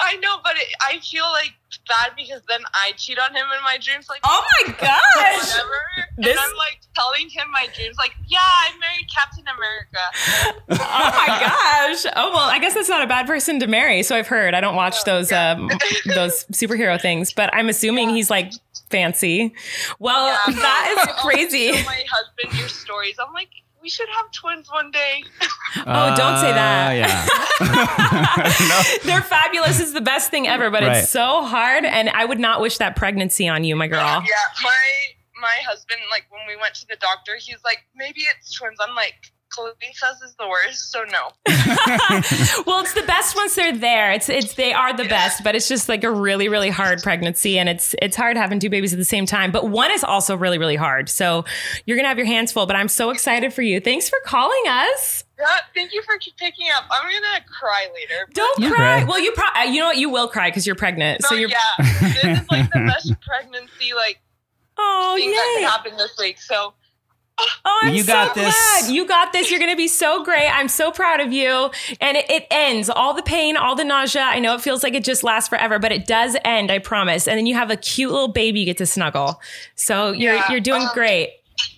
Speaker 4: I know, but it, I feel like bad because then I cheat on him in my dreams. Like,
Speaker 2: Oh my gosh.
Speaker 4: whatever.
Speaker 2: This-
Speaker 4: And I'm like telling him my dreams, like, yeah, I married Captain America.
Speaker 2: Oh my gosh. Oh well, I guess that's not a bad person to marry. So I've heard. I don't watch those um those superhero things, but I'm assuming he's like fancy. Well,
Speaker 4: Yeah.
Speaker 2: Oh, that
Speaker 4: I
Speaker 2: is
Speaker 4: always
Speaker 2: crazy.
Speaker 4: tell my husband your stories. I'm like, we should have twins one day.
Speaker 2: Oh, don't say
Speaker 3: Uh,
Speaker 2: that.
Speaker 3: yeah.
Speaker 2: They're fabulous is the best thing ever, but
Speaker 3: Right.
Speaker 2: it's so hard. And I would not wish that pregnancy on you, my girl.
Speaker 4: Yeah, my my husband, like when we went to the doctor, he's like, maybe it's twins. I'm like, Colleen says is the worst, so no.
Speaker 2: well, it's the best once they're there. It's it's they are the best, but it's just like a really really hard pregnancy, and it's it's hard having two babies at the same time. But one is also really really hard. So you're gonna have your hands full. But I'm so excited for you. Thanks for calling us.
Speaker 4: Yeah, thank you for keep picking up. I'm gonna cry later.
Speaker 2: Don't
Speaker 3: You
Speaker 2: cry.
Speaker 3: cry.
Speaker 2: Well, you pro- uh, you know what? You will cry because you're pregnant.
Speaker 4: So,
Speaker 2: So you're
Speaker 4: Oh, um, yeah, this is like the best pregnancy like
Speaker 2: oh
Speaker 4: thing that
Speaker 2: yay.
Speaker 4: happened this week. So
Speaker 2: Oh, I'm
Speaker 3: You
Speaker 2: so
Speaker 3: got this.
Speaker 2: glad. You got this. You're going to be so great. I'm so proud of you. And it, it ends all the pain, all the nausea. I know it feels like it just lasts forever, but it does end. I promise. And then you have a cute little baby you get to snuggle. So you're
Speaker 4: Yeah,
Speaker 2: you're doing
Speaker 4: um,
Speaker 2: great.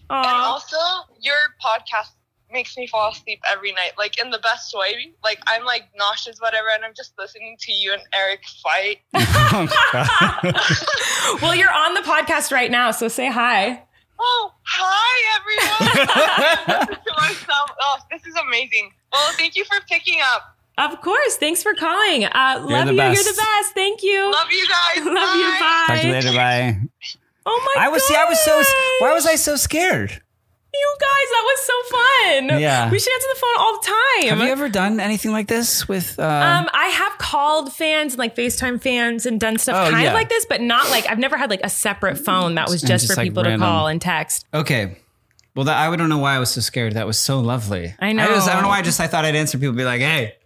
Speaker 4: and
Speaker 2: Oh,
Speaker 4: also your podcast makes me fall asleep every night, like in the best way. Like I'm like nauseous, whatever, and I'm just listening to you and Eric fight.
Speaker 3: Oh
Speaker 2: well, you're on the podcast right now, so say hi.
Speaker 4: Oh, hi everyone! Listen to myself. Oh, this is amazing. Well, thank you for picking up.
Speaker 2: Of course. Thanks for calling. Uh, love
Speaker 3: the
Speaker 2: you.
Speaker 3: best.
Speaker 2: You're the best. Thank you.
Speaker 4: Love you guys.
Speaker 2: Love you. Bye.
Speaker 3: Talk to you later. Bye.
Speaker 2: Oh my!
Speaker 3: I was. See, I was so. Why was
Speaker 2: gosh.
Speaker 3: I so scared?
Speaker 2: You guys, that was so fun.
Speaker 3: Yeah.
Speaker 2: we should answer the phone all the time.
Speaker 3: Have you ever done anything like this with? Uh,
Speaker 2: Um, I have called fans and like FaceTime fans and done stuff
Speaker 3: Oh,
Speaker 2: kind
Speaker 3: yeah.
Speaker 2: of like this, but not like I've never had like a separate phone that was
Speaker 3: And
Speaker 2: just,
Speaker 3: just,
Speaker 2: for
Speaker 3: like,
Speaker 2: people
Speaker 3: random.
Speaker 2: to call and text.
Speaker 3: okay. Well, that, I don't know why I was so scared. That was so lovely.
Speaker 2: I know.
Speaker 3: I, just, I don't know why. I just I thought I'd answer people, be like, "Hey,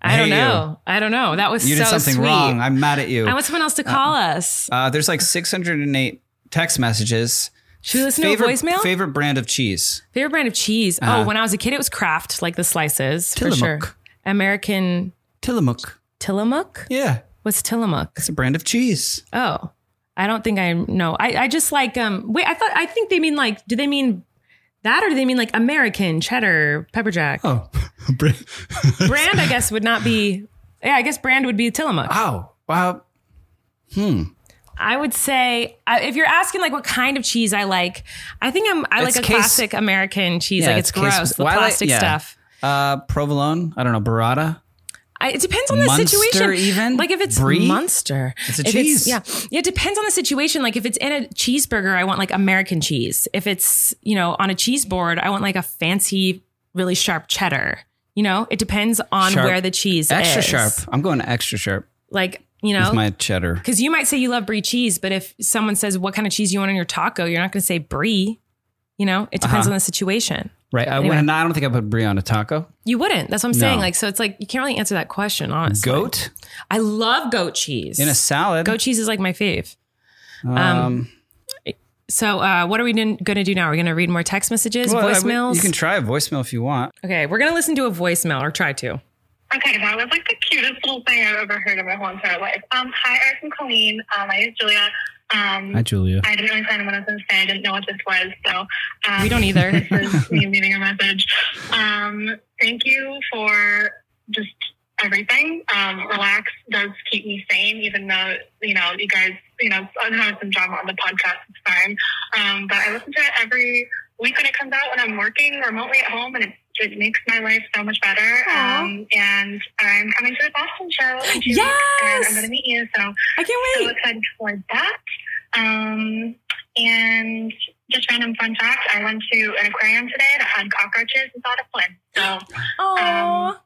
Speaker 2: I don't
Speaker 3: hey, you.
Speaker 2: know. I don't know. That was
Speaker 3: You
Speaker 2: so
Speaker 3: did something
Speaker 2: sweet.
Speaker 3: wrong. Uh, I'm mad at you."
Speaker 2: I want someone else to call us.
Speaker 3: uh, there's like 608 text messages.
Speaker 2: Should we listen
Speaker 3: favorite,
Speaker 2: to a voicemail?
Speaker 3: favorite brand of cheese.
Speaker 2: Favorite brand of cheese.
Speaker 3: Uh-huh.
Speaker 2: oh, when I was a kid, it was Kraft, like the slices for sure.
Speaker 3: Tillamook.
Speaker 2: American
Speaker 3: Tillamook.
Speaker 2: Tillamook.
Speaker 3: Yeah,
Speaker 2: What's Tillamook?
Speaker 3: it's a brand of cheese.
Speaker 2: Oh, I don't think I know. I, I just like um. Wait, I thought I think they mean like. Do they mean that, or do they mean like American cheddar pepper jack?
Speaker 3: Oh, brand.
Speaker 2: Brand, I guess, would not be. Yeah, I guess brand would be Tillamook.
Speaker 3: Wow. Wow.
Speaker 2: I would say I- if you're asking like what kind of cheese I like, I think I'm I
Speaker 3: It's
Speaker 2: like a
Speaker 3: case-
Speaker 2: classic American cheese.
Speaker 3: Yeah,
Speaker 2: like
Speaker 3: it's
Speaker 2: it's,
Speaker 3: case-
Speaker 2: gross, the
Speaker 3: why like-
Speaker 2: plastic
Speaker 3: yeah.
Speaker 2: stuff.
Speaker 3: Uh, provolone. I don't know. Burrata.
Speaker 2: I, it depends on the
Speaker 3: Munster
Speaker 2: situation.
Speaker 3: even?
Speaker 2: like if it's
Speaker 3: Brie?
Speaker 2: Munster,
Speaker 3: It's a
Speaker 2: If
Speaker 3: cheese.
Speaker 2: yeah, yeah. It depends on the situation. Like if it's in a cheeseburger, I want like American cheese. If it's you know on a cheese board, I want like a fancy, really sharp cheddar. You know, it depends on
Speaker 3: Sharp.
Speaker 2: where the cheese
Speaker 3: Extra
Speaker 2: is.
Speaker 3: sharp. I'm going to extra sharp
Speaker 2: Like you
Speaker 3: with
Speaker 2: know,
Speaker 3: my cheddar.
Speaker 2: because you might say you love brie cheese, but if someone says what kind of cheese you want on your taco, you're not going to say brie. You know, it depends
Speaker 3: Uh-huh.
Speaker 2: on the situation.
Speaker 3: Right. I,
Speaker 2: Anyway.
Speaker 3: wouldn't I don't think I put brie on a taco.
Speaker 2: You wouldn't. That's what I'm saying.
Speaker 3: No.
Speaker 2: Like, so it's like you can't really answer that question, honestly.
Speaker 3: Goat
Speaker 2: I love goat cheese.
Speaker 3: in a salad.
Speaker 2: Goat cheese is like my fave.
Speaker 3: um,
Speaker 2: So, uh, what are we going to do now? We're going to read more text messages,
Speaker 3: well, I would-
Speaker 2: voicemails.
Speaker 3: you can try a voicemail if you want.
Speaker 2: okay, we're going to listen to a voicemail or try to.
Speaker 5: Okay, that was like the cutest little thing I've ever heard in my whole entire life. Um, hi, Eric and Colleen. Um, my name is Julia. Um,
Speaker 3: Hi, Julia.
Speaker 5: I didn't really sign what I was going to say. I didn't know what this was, so um,
Speaker 2: We don't either.
Speaker 5: This is me leaving a message. Um, thank you for just everything. Um, relax does keep me sane, even though you know you guys, you know, I'm having some drama on the podcast. It's fine, um, but I listen to it every week when it comes out when I'm working remotely at home, and it it makes my life so much better.
Speaker 2: Aw.
Speaker 5: Um, and I'm coming to the Boston show in two weeks, and
Speaker 2: Yes!
Speaker 5: I'm going to meet you. So
Speaker 2: I can't
Speaker 5: so
Speaker 2: wait.
Speaker 5: excited for that. Um, and just random fun fact: I went to an aquarium today that had cockroaches and thought of Flynn. So
Speaker 2: Oh,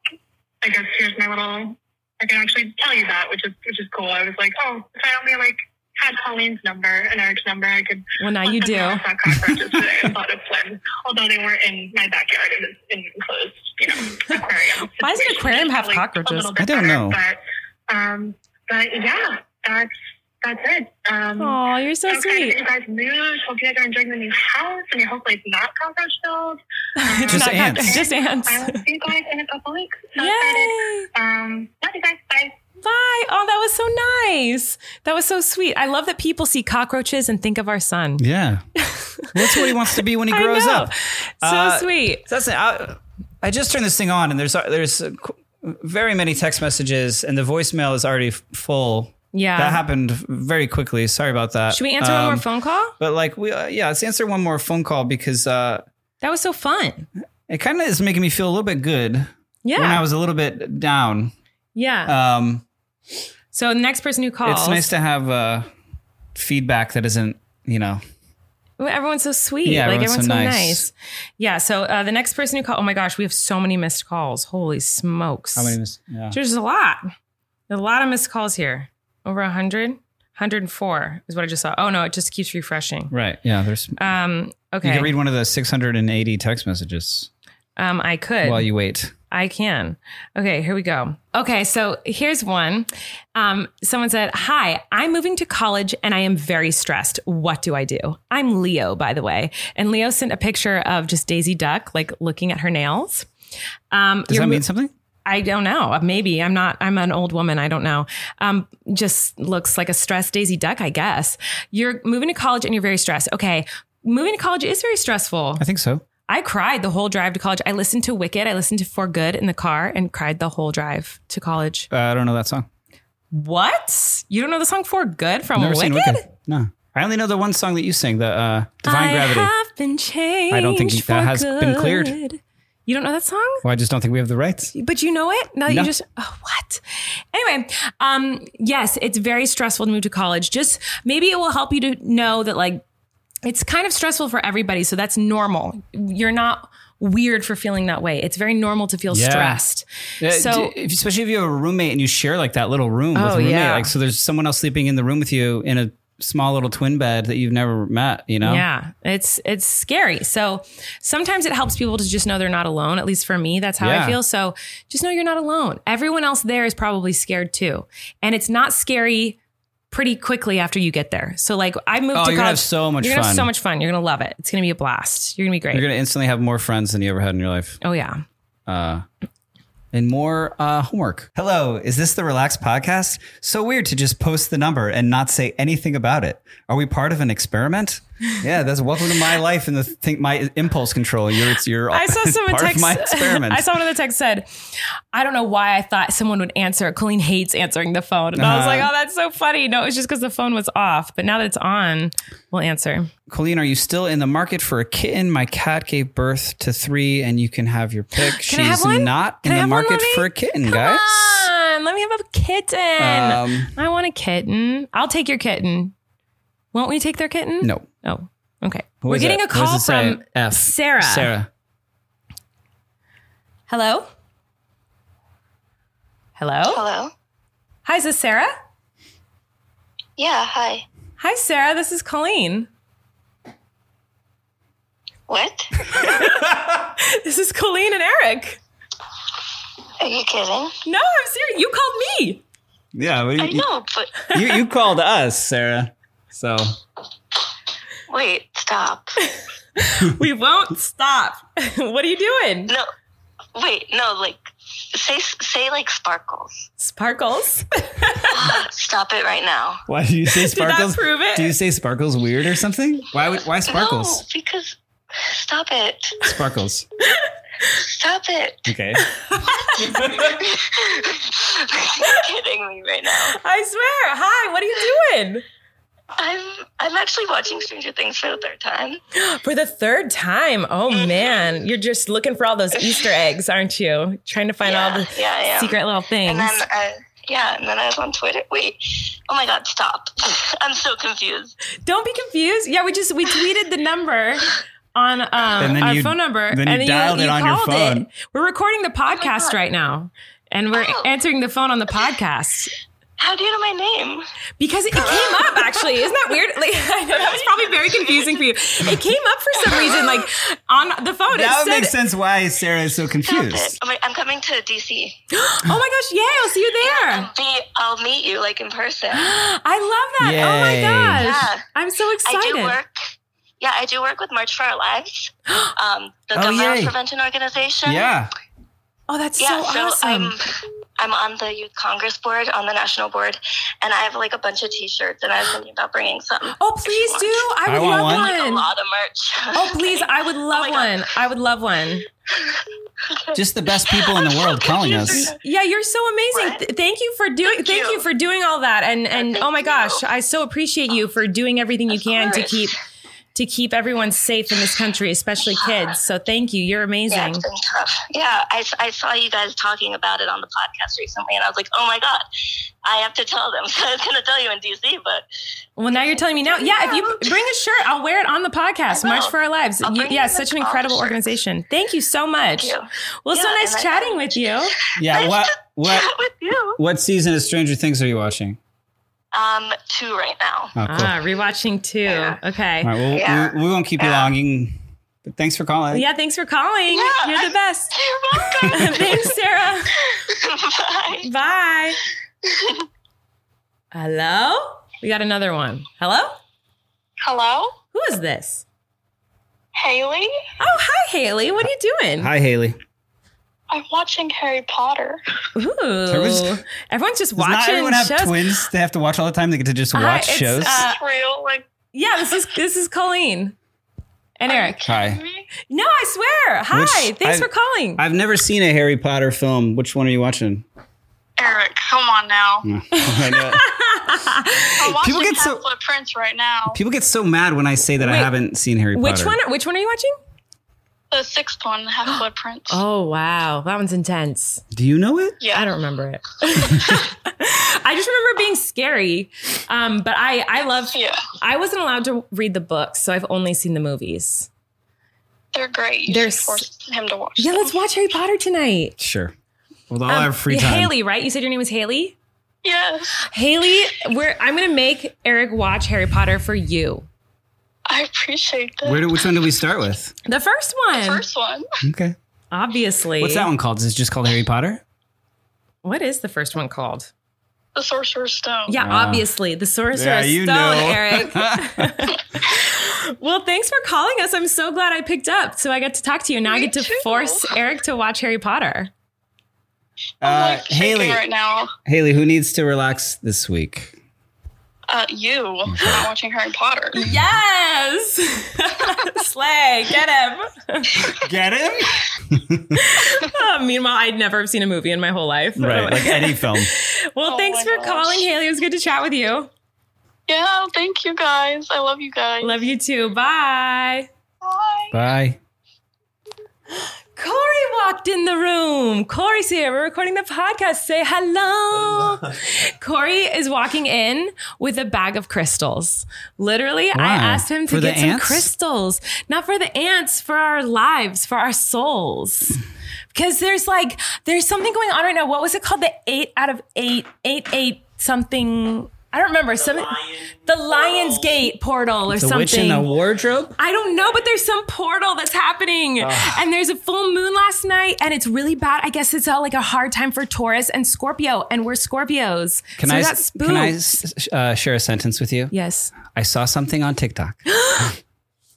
Speaker 5: I guess here's my little. I can actually tell you that, which is which is cool. I was like, oh, if I only like had Colleen's number and Eric's number, I could.
Speaker 2: well, now you do.
Speaker 5: I saw cockroaches today and thought of Flynn, although they weren't in my backyard. It was in an enclosed, you know, aquarium.
Speaker 2: Why does an
Speaker 5: situation.
Speaker 2: aquarium have
Speaker 5: Probably a
Speaker 2: cockroaches?
Speaker 5: little bit
Speaker 3: I don't
Speaker 5: better,
Speaker 3: know.
Speaker 5: But, um, but yeah, that's that's it. Um,
Speaker 2: Oh, you're so
Speaker 5: Okay,
Speaker 2: sweet.
Speaker 5: You guys moved. Hope you guys are enjoying the new house and your whole place not cockroach filled. Um,
Speaker 2: It's
Speaker 3: Just
Speaker 2: not-
Speaker 3: ants.
Speaker 2: Just ants.
Speaker 5: I will see you guys in a couple weeks. So excited.
Speaker 2: Yay.
Speaker 5: Um, love you guys. Bye.
Speaker 2: Bye. Oh, that was so nice. That was so sweet. I love that people see cockroaches and think of our son.
Speaker 3: Yeah. That's what he wants to be when he
Speaker 2: I
Speaker 3: grows
Speaker 2: know.
Speaker 3: up.
Speaker 2: So
Speaker 3: Uh,
Speaker 2: sweet.
Speaker 3: So that's it. I, I just turned this thing on, and there's there's uh, qu- very many text messages, and the voicemail is already f- full.
Speaker 2: Yeah.
Speaker 3: that happened very quickly. Sorry about that.
Speaker 2: Should we answer one more
Speaker 3: Um,
Speaker 2: phone call?
Speaker 3: But like we, uh, yeah, let's answer one more phone call because uh,
Speaker 2: That was so fun.
Speaker 3: it kind of is making me feel a little bit good
Speaker 2: Yeah.
Speaker 3: when I was a little bit down.
Speaker 2: yeah.
Speaker 3: Um,
Speaker 2: so the next person who calls,
Speaker 3: it's nice to have uh, feedback that isn't you know
Speaker 2: Well, Everyone's so sweet.
Speaker 3: Yeah,
Speaker 2: like everyone's
Speaker 3: everyone's so
Speaker 2: so,
Speaker 3: nice.
Speaker 2: nice. Yeah. So uh, the next person who called, oh my gosh, we have so many missed calls. Holy smokes.
Speaker 3: how many. mis- Yeah.
Speaker 2: There's a lot. A lot of missed calls here. Over 100, 104 is what I just saw. Oh no, it just keeps refreshing.
Speaker 3: Right. Yeah. There's.
Speaker 2: Um,
Speaker 3: You
Speaker 2: okay.
Speaker 3: can read one of the 680 text messages
Speaker 2: um, I could.
Speaker 3: while you wait.
Speaker 2: I can. Okay, here we go. Okay, so here's one. Um, someone said, Hi, I'm moving to college and I am very stressed. What do I do? I'm Leo, by the way. And Leo sent a picture of just Daisy Duck, like looking at her nails. Um,
Speaker 3: Does
Speaker 2: you're
Speaker 3: that
Speaker 2: mo-
Speaker 3: mean something?
Speaker 2: I don't know. Uh, Maybe I'm not. I'm an old woman. I don't know. Um, just looks like a stressed Daisy Duck, I guess. You're moving to college and you're very stressed. Okay, moving to college is very stressful.
Speaker 3: I think so.
Speaker 2: I cried the whole drive to college. I listened to Wicked. I listened to For Good in the car and cried the whole drive to college.
Speaker 3: Uh, I don't know that song.
Speaker 2: What? You don't know the song For Good from
Speaker 3: Never
Speaker 2: Wicked?
Speaker 3: seen Wicked. No, I only know the one song that you sing, the uh, Divine
Speaker 2: I
Speaker 3: Gravity.
Speaker 2: have been changed.
Speaker 3: I don't think that
Speaker 2: for
Speaker 3: has been cleared.
Speaker 2: good. You don't know that song?
Speaker 3: Well, I just don't think we have the rights.
Speaker 2: but you know it now that
Speaker 3: No.
Speaker 2: you just oh, what anyway um yes it's very stressful to move to college just maybe it will help you to know that like it's kind of stressful for everybody so that's normal you're not weird for feeling that way it's very normal to feel
Speaker 3: Yeah.
Speaker 2: stressed
Speaker 3: Uh,
Speaker 2: So-
Speaker 3: d- if, especially if you have a roommate and you share like that little room with
Speaker 2: Oh,
Speaker 3: a roommate,
Speaker 2: yeah.
Speaker 3: like so, there's someone else sleeping in the room with you in a small little twin bed that you've never met. You know,
Speaker 2: Yeah, it's it's scary. So sometimes it helps people to just know they're not alone. At least for me, that's how
Speaker 3: Yeah.
Speaker 2: I feel. So just know you're not alone. Everyone else there is probably scared too, and it's not scary pretty quickly after you get there. So like I moved
Speaker 3: Oh,
Speaker 2: to college.
Speaker 3: you're gonna have so much
Speaker 2: you're gonna
Speaker 3: fun.
Speaker 2: have so much fun. You're gonna love it. It's gonna be a blast. You're gonna be great.
Speaker 3: You're going to instantly have more friends than you ever had in your life.
Speaker 2: oh yeah.
Speaker 3: Uh, and more uh, homework.
Speaker 6: Hello, is this the Relax Podcast? So weird to just post the number and not say anything about it. Are we part of an experiment?
Speaker 3: Yeah, that's welcome to my life and the think my impulse control. You're it's your
Speaker 2: I saw someone
Speaker 3: part
Speaker 2: text.
Speaker 3: of my experiment.
Speaker 2: I saw one of the text said, "I don't know why I thought someone would answer. Colleen hates answering the phone." And I was
Speaker 3: Uh-huh.
Speaker 2: like, "Oh, that's so funny." No, it's just because the phone was off, but now that it's on, we'll answer.
Speaker 3: Colleen, are you still in the market for a kitten? My cat gave birth to three, and you can have your pick.
Speaker 2: I have
Speaker 3: She's
Speaker 2: one?
Speaker 3: not
Speaker 2: Can I
Speaker 3: in the
Speaker 2: have one,
Speaker 3: market
Speaker 2: Libby?
Speaker 3: for a kitten,
Speaker 2: Come
Speaker 3: guys.
Speaker 2: on, let me have a kitten.
Speaker 3: Um,
Speaker 2: I want a kitten. I'll take your kitten. Won't we take their kitten?
Speaker 3: No.
Speaker 2: Oh, okay. We're
Speaker 3: What was
Speaker 2: getting
Speaker 3: it?
Speaker 2: a
Speaker 3: What does
Speaker 2: call
Speaker 3: it say?
Speaker 2: from
Speaker 3: F.
Speaker 2: Sarah.
Speaker 3: Sarah.
Speaker 2: Hello. Hello.
Speaker 7: Hello.
Speaker 2: Hi, is this Sarah?
Speaker 7: Yeah. Hi.
Speaker 2: Hi, Sarah. This is Colleen.
Speaker 7: What?
Speaker 2: This is Colleen and Eric.
Speaker 7: Are you kidding?
Speaker 2: No, I'm serious. You called me.
Speaker 3: Yeah,
Speaker 7: I know, but
Speaker 3: you, you called us, Sarah. So
Speaker 7: wait, stop.
Speaker 2: We won't stop. what are you doing?
Speaker 7: No, wait, no. Like, say say like sparkles.
Speaker 2: Sparkles.
Speaker 7: stop it right now.
Speaker 6: Why do you say
Speaker 2: Did that
Speaker 6: sparkles?
Speaker 2: prove it?
Speaker 6: Do you say sparkles weird or something?
Speaker 3: why would- why
Speaker 7: No,
Speaker 3: sparkles?
Speaker 7: because stop it.
Speaker 3: Sparkles.
Speaker 7: Stop it.
Speaker 6: Okay.
Speaker 7: You're kidding me right now.
Speaker 2: I swear. Hi, what are you doing?
Speaker 7: I'm I'm actually watching Stranger Things for the third time.
Speaker 2: For the third time. Oh
Speaker 7: Mm-hmm.
Speaker 2: man, you're just looking for all those Easter eggs, aren't you? Trying to find all
Speaker 7: yeah,
Speaker 2: the
Speaker 7: yeah, I am.
Speaker 2: secret little things.
Speaker 7: And then uh, yeah, and then I was on Twitter. Wait, oh my God, stop! I'm so confused.
Speaker 2: Don't be confused. Yeah, we just we tweeted the number on um,
Speaker 6: And then
Speaker 2: our
Speaker 6: you-
Speaker 2: phone number,
Speaker 6: then you dialed it on your
Speaker 2: called
Speaker 6: phone.
Speaker 2: We're recording the podcast
Speaker 7: God.
Speaker 2: right now, and we're
Speaker 7: Oh.
Speaker 2: answering the phone on the podcast
Speaker 7: How do you know my name?
Speaker 2: because it came up. Actually, isn't that weird? Like, I know that was probably very confusing for you. It came up for some reason, like on the phone.
Speaker 6: That would
Speaker 2: it
Speaker 6: make
Speaker 2: said-
Speaker 6: sense why Sarah is so
Speaker 7: Stop
Speaker 6: confused.
Speaker 7: it. Oh my, I'm coming to DC.
Speaker 2: Oh my gosh! Yay! I'll see you there.
Speaker 7: I'll, be, I'll meet you like in person.
Speaker 2: I love that. Oh my
Speaker 3: Yay.
Speaker 2: gosh!
Speaker 7: Yeah.
Speaker 2: I'm so
Speaker 7: I
Speaker 2: excited.
Speaker 7: do work. Yeah, I do work with March for Our Lives, um, the
Speaker 3: Oh,
Speaker 7: gun violence
Speaker 3: yay.
Speaker 7: prevention organization.
Speaker 3: Yeah.
Speaker 2: oh, that's
Speaker 7: Yeah, um,
Speaker 2: so awesome.
Speaker 7: I'm I'm on the Youth Congress board, on the national board, and I have like a bunch of T-shirts, and I was thinking about bringing some.
Speaker 2: oh, please do. I would
Speaker 3: I
Speaker 2: love
Speaker 3: want one.
Speaker 7: Like a
Speaker 2: one.
Speaker 7: lot of merch.
Speaker 2: Oh, please. I would love
Speaker 7: my God.
Speaker 2: one. I would love one.
Speaker 3: Just the best people in the world calling us.
Speaker 2: Yeah, you're so amazing.
Speaker 7: What?
Speaker 2: Th- thank you for doing
Speaker 7: Thank
Speaker 2: thank you.
Speaker 7: you.
Speaker 2: for doing all that. And and
Speaker 7: thank
Speaker 2: oh my
Speaker 7: you.
Speaker 2: gosh, I so appreciate you for doing everything you
Speaker 7: Of
Speaker 2: can to
Speaker 7: course.
Speaker 2: keep to keep everyone safe in this country, especially kids. So thank you. You're
Speaker 7: Yeah,
Speaker 2: amazing.
Speaker 7: it's been tough. Yeah, I, I saw you guys talking about it on the podcast recently, and I was like, oh my god, I have to tell them. So I was going to tell you in DC, but
Speaker 2: Well, now you're telling me now. Yeah, if you bring a shirt, I'll wear it on the podcast.
Speaker 7: I will.
Speaker 2: March for Our Lives.
Speaker 7: I'll
Speaker 2: You-
Speaker 7: bring
Speaker 2: yeah,
Speaker 7: you
Speaker 2: such
Speaker 7: the
Speaker 2: an incredible
Speaker 7: college shirts.
Speaker 2: organization. Thank you so much.
Speaker 7: you.
Speaker 2: Well, so
Speaker 7: Yeah,
Speaker 2: nice
Speaker 7: and I-
Speaker 2: chatting with you.
Speaker 3: Yeah. What what
Speaker 7: chat with you.
Speaker 3: what season of Stranger Things are you watching?
Speaker 7: Um, two right now.
Speaker 3: Oh, cool.
Speaker 2: Ah, rewatching too.
Speaker 7: Yeah.
Speaker 2: Okay.
Speaker 3: All right. Well,
Speaker 7: Yeah.
Speaker 3: we, we won't keep you
Speaker 7: Yeah.
Speaker 3: long. You can- but thanks for calling.
Speaker 2: Yeah, thanks for calling.
Speaker 7: Yeah.
Speaker 2: You're the best.
Speaker 7: You're welcome.
Speaker 2: thanks, Sarah.
Speaker 7: Bye.
Speaker 2: Bye. Hello? We got another one. Hello?
Speaker 5: Hello?
Speaker 2: Who is this?
Speaker 5: Haley?
Speaker 2: Oh, hi, Haley. What are you doing?
Speaker 3: Hi, Haley.
Speaker 5: I'm watching Harry Potter.
Speaker 2: Ooh.
Speaker 3: was-
Speaker 2: Everyone's just
Speaker 6: Does
Speaker 2: watching
Speaker 6: not everyone have
Speaker 2: shows.
Speaker 6: twins they have to watch all the time? They get to just
Speaker 2: Hi,
Speaker 6: watch
Speaker 2: it's,
Speaker 6: shows?
Speaker 2: uh,
Speaker 5: Real, like,
Speaker 2: yeah, this is this is Colleen. And Eric.
Speaker 3: Hi.
Speaker 5: me?
Speaker 2: No, I swear. Hi.
Speaker 3: Which-
Speaker 2: Thanks
Speaker 3: I-
Speaker 2: for calling.
Speaker 3: I've never seen a Harry Potter film. Which one are you watching?
Speaker 5: Eric, come on now.
Speaker 3: I know it.
Speaker 5: I'm watching
Speaker 3: People get so-
Speaker 5: Half-Blood Prince right now.
Speaker 3: People get so mad when I say that I
Speaker 2: Wait,
Speaker 3: haven't seen Harry
Speaker 2: which
Speaker 3: Potter.
Speaker 2: one which one are you watching?
Speaker 5: The sixth one, Half-Blood Prince.
Speaker 2: Oh wow. That one's intense.
Speaker 3: Do you know it?
Speaker 5: yeah.
Speaker 2: I don't remember it. I just remember it being scary. Um, but I I love
Speaker 5: yeah,
Speaker 2: I wasn't allowed to read the books, so I've only seen the movies.
Speaker 5: they're great. You
Speaker 2: They're
Speaker 5: should
Speaker 2: s-
Speaker 5: force him to watch.
Speaker 2: Yeah,
Speaker 5: them.
Speaker 2: let's watch Harry Potter tonight.
Speaker 3: Sure. With all
Speaker 2: Um,
Speaker 3: our free time.
Speaker 2: Haley, right? You said your name was Haley?
Speaker 5: Yes,
Speaker 2: Haley, we're I'm gonna make Eric watch Harry Potter for you.
Speaker 5: I appreciate that.
Speaker 3: Where do, which one do we start with?
Speaker 2: The first one.
Speaker 5: First one,
Speaker 3: Okay.
Speaker 2: obviously.
Speaker 3: What's that one called? Is it just called Harry Potter?
Speaker 2: What is the first one called?
Speaker 4: The Sorcerer's Stone.
Speaker 2: Yeah,
Speaker 6: Uh,
Speaker 2: obviously. The Sorcerer's
Speaker 6: yeah, you
Speaker 2: Stone,
Speaker 6: know.
Speaker 2: Eric. well, thanks for calling us. I'm so glad I picked up. So I got to talk to you. Now I
Speaker 4: Me
Speaker 2: get to
Speaker 4: too.
Speaker 2: force Eric to watch Harry Potter. Oh,
Speaker 4: I'm
Speaker 6: Uh,
Speaker 4: like shaking
Speaker 6: Haley,
Speaker 4: right now.
Speaker 6: Haley, who needs to relax this week?
Speaker 4: Uh, you for not watching Harry Potter.
Speaker 2: Yes. Slay. Get him.
Speaker 6: Get him
Speaker 2: Oh, meanwhile, I'd never have seen a movie in my whole life.
Speaker 6: right, like any film.
Speaker 2: well,
Speaker 4: Oh
Speaker 2: thanks
Speaker 4: my
Speaker 2: for
Speaker 4: gosh.
Speaker 2: calling, Haley. It was good to chat with you.
Speaker 4: Yeah, thank you guys. I love you guys.
Speaker 2: Love you too. Bye.
Speaker 4: Bye.
Speaker 3: Bye.
Speaker 2: Corey walked in the room. Corey's here. We're recording the podcast. Say hello. Corey is walking in with a bag of crystals. Literally,
Speaker 3: Wow.
Speaker 2: I asked him to
Speaker 3: For the
Speaker 2: get some
Speaker 3: ants?
Speaker 2: crystals, not for the ants, for our lives, for our souls. Because there's like, there's something going on right now. What was it called? The eight out of eight, eight, eight something. I don't remember. Some, the Lion's Gate portal or
Speaker 3: The
Speaker 2: something.
Speaker 3: witch in the wardrobe.
Speaker 2: I don't know, but there's some portal that's happening. And there's a full moon last night, and it's really bad. I guess it's all like a hard time for Taurus and Scorpio, and we're Scorpios.
Speaker 3: Can
Speaker 2: so
Speaker 3: I
Speaker 2: we got spooked.
Speaker 3: can I s- uh, share a sentence with you?
Speaker 2: yes.
Speaker 3: I saw something on TikTok.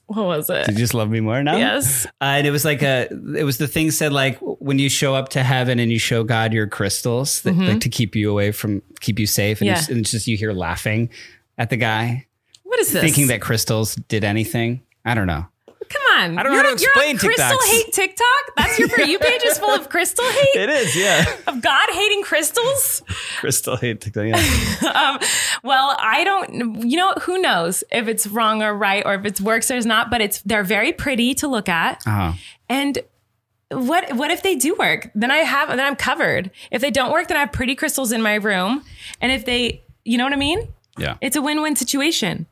Speaker 2: What was
Speaker 3: you
Speaker 2: it?
Speaker 3: just love me more now?
Speaker 2: Yes.
Speaker 3: Uh, and it was like a, it was the thing said like when you show up to heaven and you show God your crystals that, like, to keep you away from keep you safe, and,
Speaker 2: Mm-hmm. Yeah.
Speaker 3: it's, and it's just you hear laughing at the guy
Speaker 2: What is this?
Speaker 3: thinking that crystals did anything. I don't know.
Speaker 2: Come on.
Speaker 3: I don't know
Speaker 2: you're,
Speaker 3: how to
Speaker 2: you're on
Speaker 3: explain
Speaker 2: crystal
Speaker 3: TikToks.
Speaker 2: hate TikTok. That's your for you page is full of crystal hate
Speaker 3: is, yeah.
Speaker 2: of God hating crystals.
Speaker 3: Crystal hate TikTok. Yeah.
Speaker 2: um, well, I don't, you know, who knows if it's wrong or right or if it works or it's not, but it's, they're very pretty to look at.
Speaker 3: Uh-huh.
Speaker 2: And what what if they do work? Then I have then I'm covered. If they don't work, then I have pretty crystals in my room. And if they, you know what I mean?
Speaker 3: Yeah.
Speaker 2: It's a win-win situation.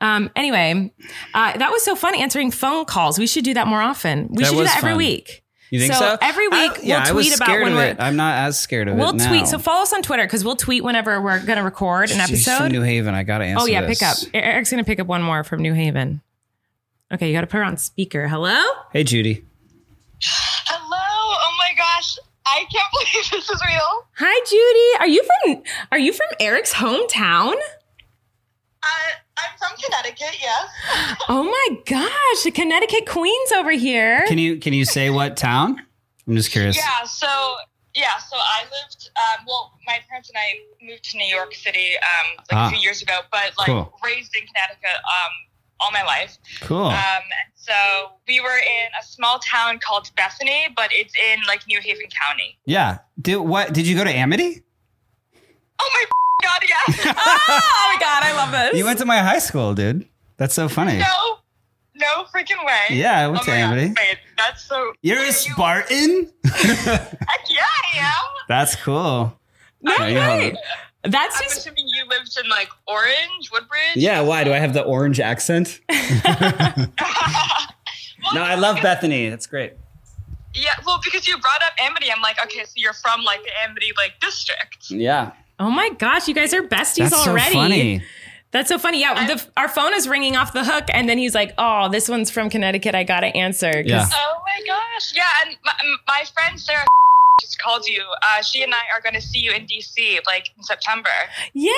Speaker 2: Um, anyway, uh, that was so fun answering phone calls. We should do that more often. We
Speaker 3: That
Speaker 2: should do
Speaker 3: was
Speaker 2: that every
Speaker 3: fun.
Speaker 2: week.
Speaker 3: You think
Speaker 2: So
Speaker 3: so?
Speaker 2: every
Speaker 3: I-
Speaker 2: week
Speaker 3: yeah,
Speaker 2: we'll
Speaker 3: I was
Speaker 2: tweet about
Speaker 3: scared
Speaker 2: when
Speaker 3: of
Speaker 2: we're-
Speaker 3: it. I'm not as scared of
Speaker 2: We'll
Speaker 3: it. now.
Speaker 2: tweet. So follow us on Twitter because we'll tweet whenever we're gonna record an
Speaker 3: She's from
Speaker 2: episode.
Speaker 3: New Haven. I gotta answer.
Speaker 2: Oh yeah,
Speaker 3: this.
Speaker 2: pick up. Eric's gonna pick up one more from New Haven. Okay, you gotta put her on speaker. Hello?
Speaker 3: Hey Judy.
Speaker 4: Hello. Oh my gosh. I can't believe this is real.
Speaker 2: Hi Judy. Are you from are you from Eric's hometown?
Speaker 4: I, Uh, I'm from Connecticut, yes.
Speaker 2: Oh my gosh, the Connecticut Queens over here.
Speaker 3: Can you can you say what town? I'm just curious.
Speaker 4: Yeah, so yeah, so I lived um, well, my parents and I moved to New York City um, like
Speaker 3: Ah.
Speaker 4: a few years ago, but like
Speaker 3: Cool.
Speaker 4: raised in Connecticut um, all my life.
Speaker 3: Cool.
Speaker 4: Um, so we were in a small town called Bethany, but it's in like New Haven County.
Speaker 3: yeah. Did what? Did you go to Amity?
Speaker 4: Oh my god, yes.
Speaker 2: oh my god, I love this.
Speaker 6: You went to my high school, dude. That's so funny.
Speaker 4: no, no freaking way.
Speaker 6: Yeah, I
Speaker 4: Oh
Speaker 6: went
Speaker 4: my
Speaker 6: to
Speaker 4: God,
Speaker 6: Amity.
Speaker 4: wait, that's so.
Speaker 6: You're a Mm.
Speaker 4: you-
Speaker 6: Spartan?
Speaker 4: Heck yeah, I am.
Speaker 6: That's cool.
Speaker 2: no
Speaker 6: Yeah, you have
Speaker 2: way. That's
Speaker 4: I'm
Speaker 2: just
Speaker 4: assuming you lived in like Orange, Woodbridge.
Speaker 6: Yeah, why? Do I have the orange accent?
Speaker 4: Well,
Speaker 6: No, I love Bethany. That's great.
Speaker 4: Yeah, well, because you brought up Amity, I'm like, okay, so you're from like the Amity like district.
Speaker 6: Yeah.
Speaker 2: oh my gosh, you guys are besties
Speaker 3: That's so
Speaker 2: already.
Speaker 3: funny.
Speaker 2: That's so funny. Yeah, the, our phone is ringing off the hook, and then he's like, "Oh, this one's from Connecticut. I gotta answer." 'Cause-
Speaker 6: Ah.
Speaker 3: Yeah.
Speaker 4: Oh my gosh! Yeah, and my, my friend Sarah just called you. Uh, she and I are going to see you in DC like in September.
Speaker 2: Yay!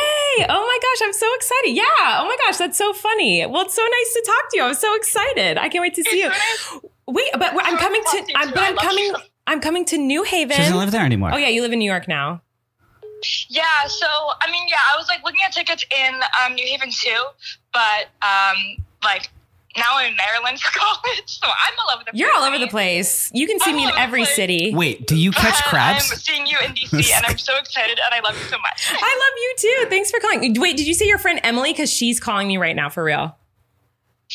Speaker 2: Oh my gosh, I'm so excited. Yeah. Oh my gosh, that's so funny. Well, it's so nice to talk to you. I'm so excited. I can't wait to see you.
Speaker 4: so nice.
Speaker 2: Wait, but we're- I'm
Speaker 4: so
Speaker 2: coming
Speaker 4: nice
Speaker 2: to.
Speaker 4: to
Speaker 2: I'm,
Speaker 4: talk
Speaker 2: but
Speaker 4: to you. I
Speaker 2: I'm
Speaker 4: love
Speaker 2: coming.
Speaker 4: you.
Speaker 2: I'm coming to New Haven.
Speaker 3: She doesn't live there anymore.
Speaker 2: oh yeah, you live in New York now.
Speaker 4: Yeah, so I mean, yeah, I was like looking at tickets in um, New Haven too, but um, like now I'm in Maryland for college, so I'm all over the.
Speaker 2: You're
Speaker 4: place.
Speaker 2: all over
Speaker 4: I
Speaker 2: the
Speaker 4: mean,
Speaker 2: place. You can see
Speaker 4: I'm
Speaker 2: me
Speaker 4: all
Speaker 2: in
Speaker 4: over the
Speaker 2: every
Speaker 4: place.
Speaker 2: city.
Speaker 3: Wait, do you catch
Speaker 2: Uh,
Speaker 4: I'm
Speaker 3: crabs?
Speaker 4: seeing you in DC, and I'm so excited, and I love you so much.
Speaker 2: I love you too. Thanks for calling. Wait, did you see your friend Emily? Because she's calling me right now for real.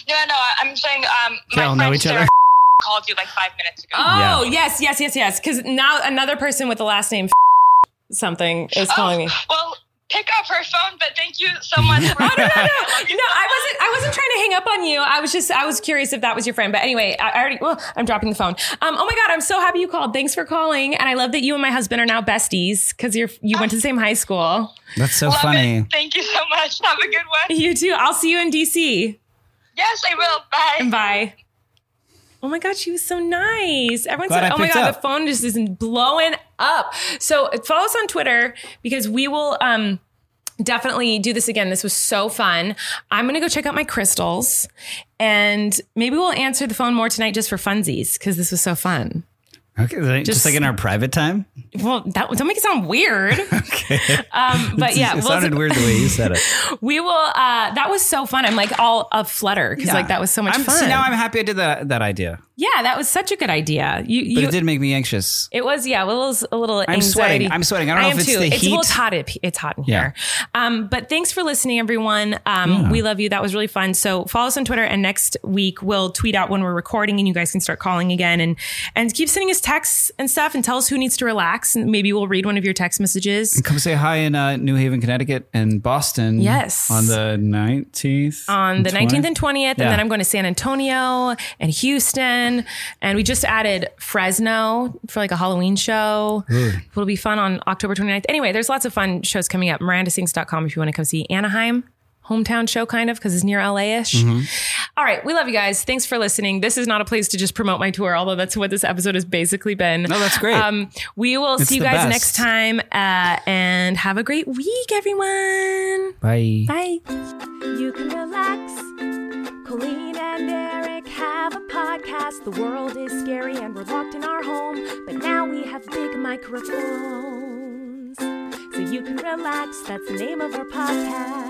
Speaker 4: No, no, I- I'm saying um,
Speaker 3: They
Speaker 4: my
Speaker 3: all
Speaker 4: friend
Speaker 3: know each other.
Speaker 4: Sarah called you like five minutes ago.
Speaker 2: Oh, yes, yes, yes, yes. Because now another person with the last name something is calling me.
Speaker 4: Well, pick up her phone, but thank you so much. For- I
Speaker 2: No, no, no, no. I wasn't. I wasn't trying to hang up on you. I was just. I was curious if that was your friend. But anyway, I, I already. Well, I'm dropping the phone. Um. Oh my god, I'm so happy you called. Thanks for calling, and I love that you and my husband are now besties because you're you went to the same high school.
Speaker 3: That's so
Speaker 4: Love
Speaker 3: funny.
Speaker 4: It. Thank you so much. Have a good one.
Speaker 2: You too. I'll see you in DC.
Speaker 4: Yes, I will. Bye.
Speaker 2: Bye. Oh my God, she was so nice. Everyone
Speaker 6: Glad
Speaker 2: said,
Speaker 6: I
Speaker 2: oh my
Speaker 6: picked
Speaker 2: God,
Speaker 6: up.
Speaker 2: the phone just isn't blowing up. So follow us on Twitter because we will um, definitely do this again. This was so fun. I'm going to go check out my crystals and maybe we'll answer the phone more tonight just for funsies because this was so fun.
Speaker 6: Okay, like- just,
Speaker 2: Just-
Speaker 6: like in our private time.
Speaker 2: Well, that don't make it sound weird. um, but yeah,
Speaker 6: it
Speaker 2: we'll-
Speaker 6: sounded weird the way you said it.
Speaker 2: we will. Uh, that was so fun. I'm like all a flutter because
Speaker 6: Yeah.
Speaker 2: like that was so much
Speaker 3: I'm,
Speaker 2: fun.
Speaker 3: See, now I'm happy I did that that idea,
Speaker 2: yeah, that was such a good idea. You,
Speaker 3: but
Speaker 2: you
Speaker 3: it did make me anxious.
Speaker 2: It was, yeah, well, it was a little
Speaker 3: I'm
Speaker 2: anxiety.
Speaker 3: sweating. I'm sweating. I don't know
Speaker 2: am
Speaker 3: if it's
Speaker 2: too.
Speaker 3: the
Speaker 2: it's a little
Speaker 3: heat.
Speaker 2: hot. It, it's hot in
Speaker 3: Yeah.
Speaker 2: here. Um, but thanks for listening, everyone. Um, We love you. That was really fun. So follow us on Twitter, and next week we'll tweet out when we're recording, and you guys can start calling again and and keep sending us texts and stuff, and tell us who needs to relax, and maybe we'll read one of your text messages.
Speaker 3: Come say hi in uh, New Haven, Connecticut, and Boston.
Speaker 2: Yes.
Speaker 3: on the nineteenth.
Speaker 2: On the 19th and 20th,
Speaker 3: Yeah.
Speaker 2: and then I'm going to San Antonio and Houston. And we just added Fresno for like a Halloween show. It'll be fun on October 29th. Anyway, there's lots of fun shows coming up. MirandaSings.com if you want to come see Anaheim, hometown show kind of, because it's near LA ish.
Speaker 3: Mm-hmm.
Speaker 2: All right. We love you guys. Thanks for listening. This is not a place to just promote my tour, although that's what this episode has basically been.
Speaker 3: No, that's great.
Speaker 2: Um, we will see you
Speaker 3: the
Speaker 2: guys
Speaker 3: best.
Speaker 2: next time uh, and have a great week, everyone.
Speaker 3: Bye.
Speaker 2: Bye.
Speaker 1: You can relax. Colleen and Eric have a podcast. The world is scary and we're locked in our home. But now we have big microphones. So you can relax. That's the name of our podcast.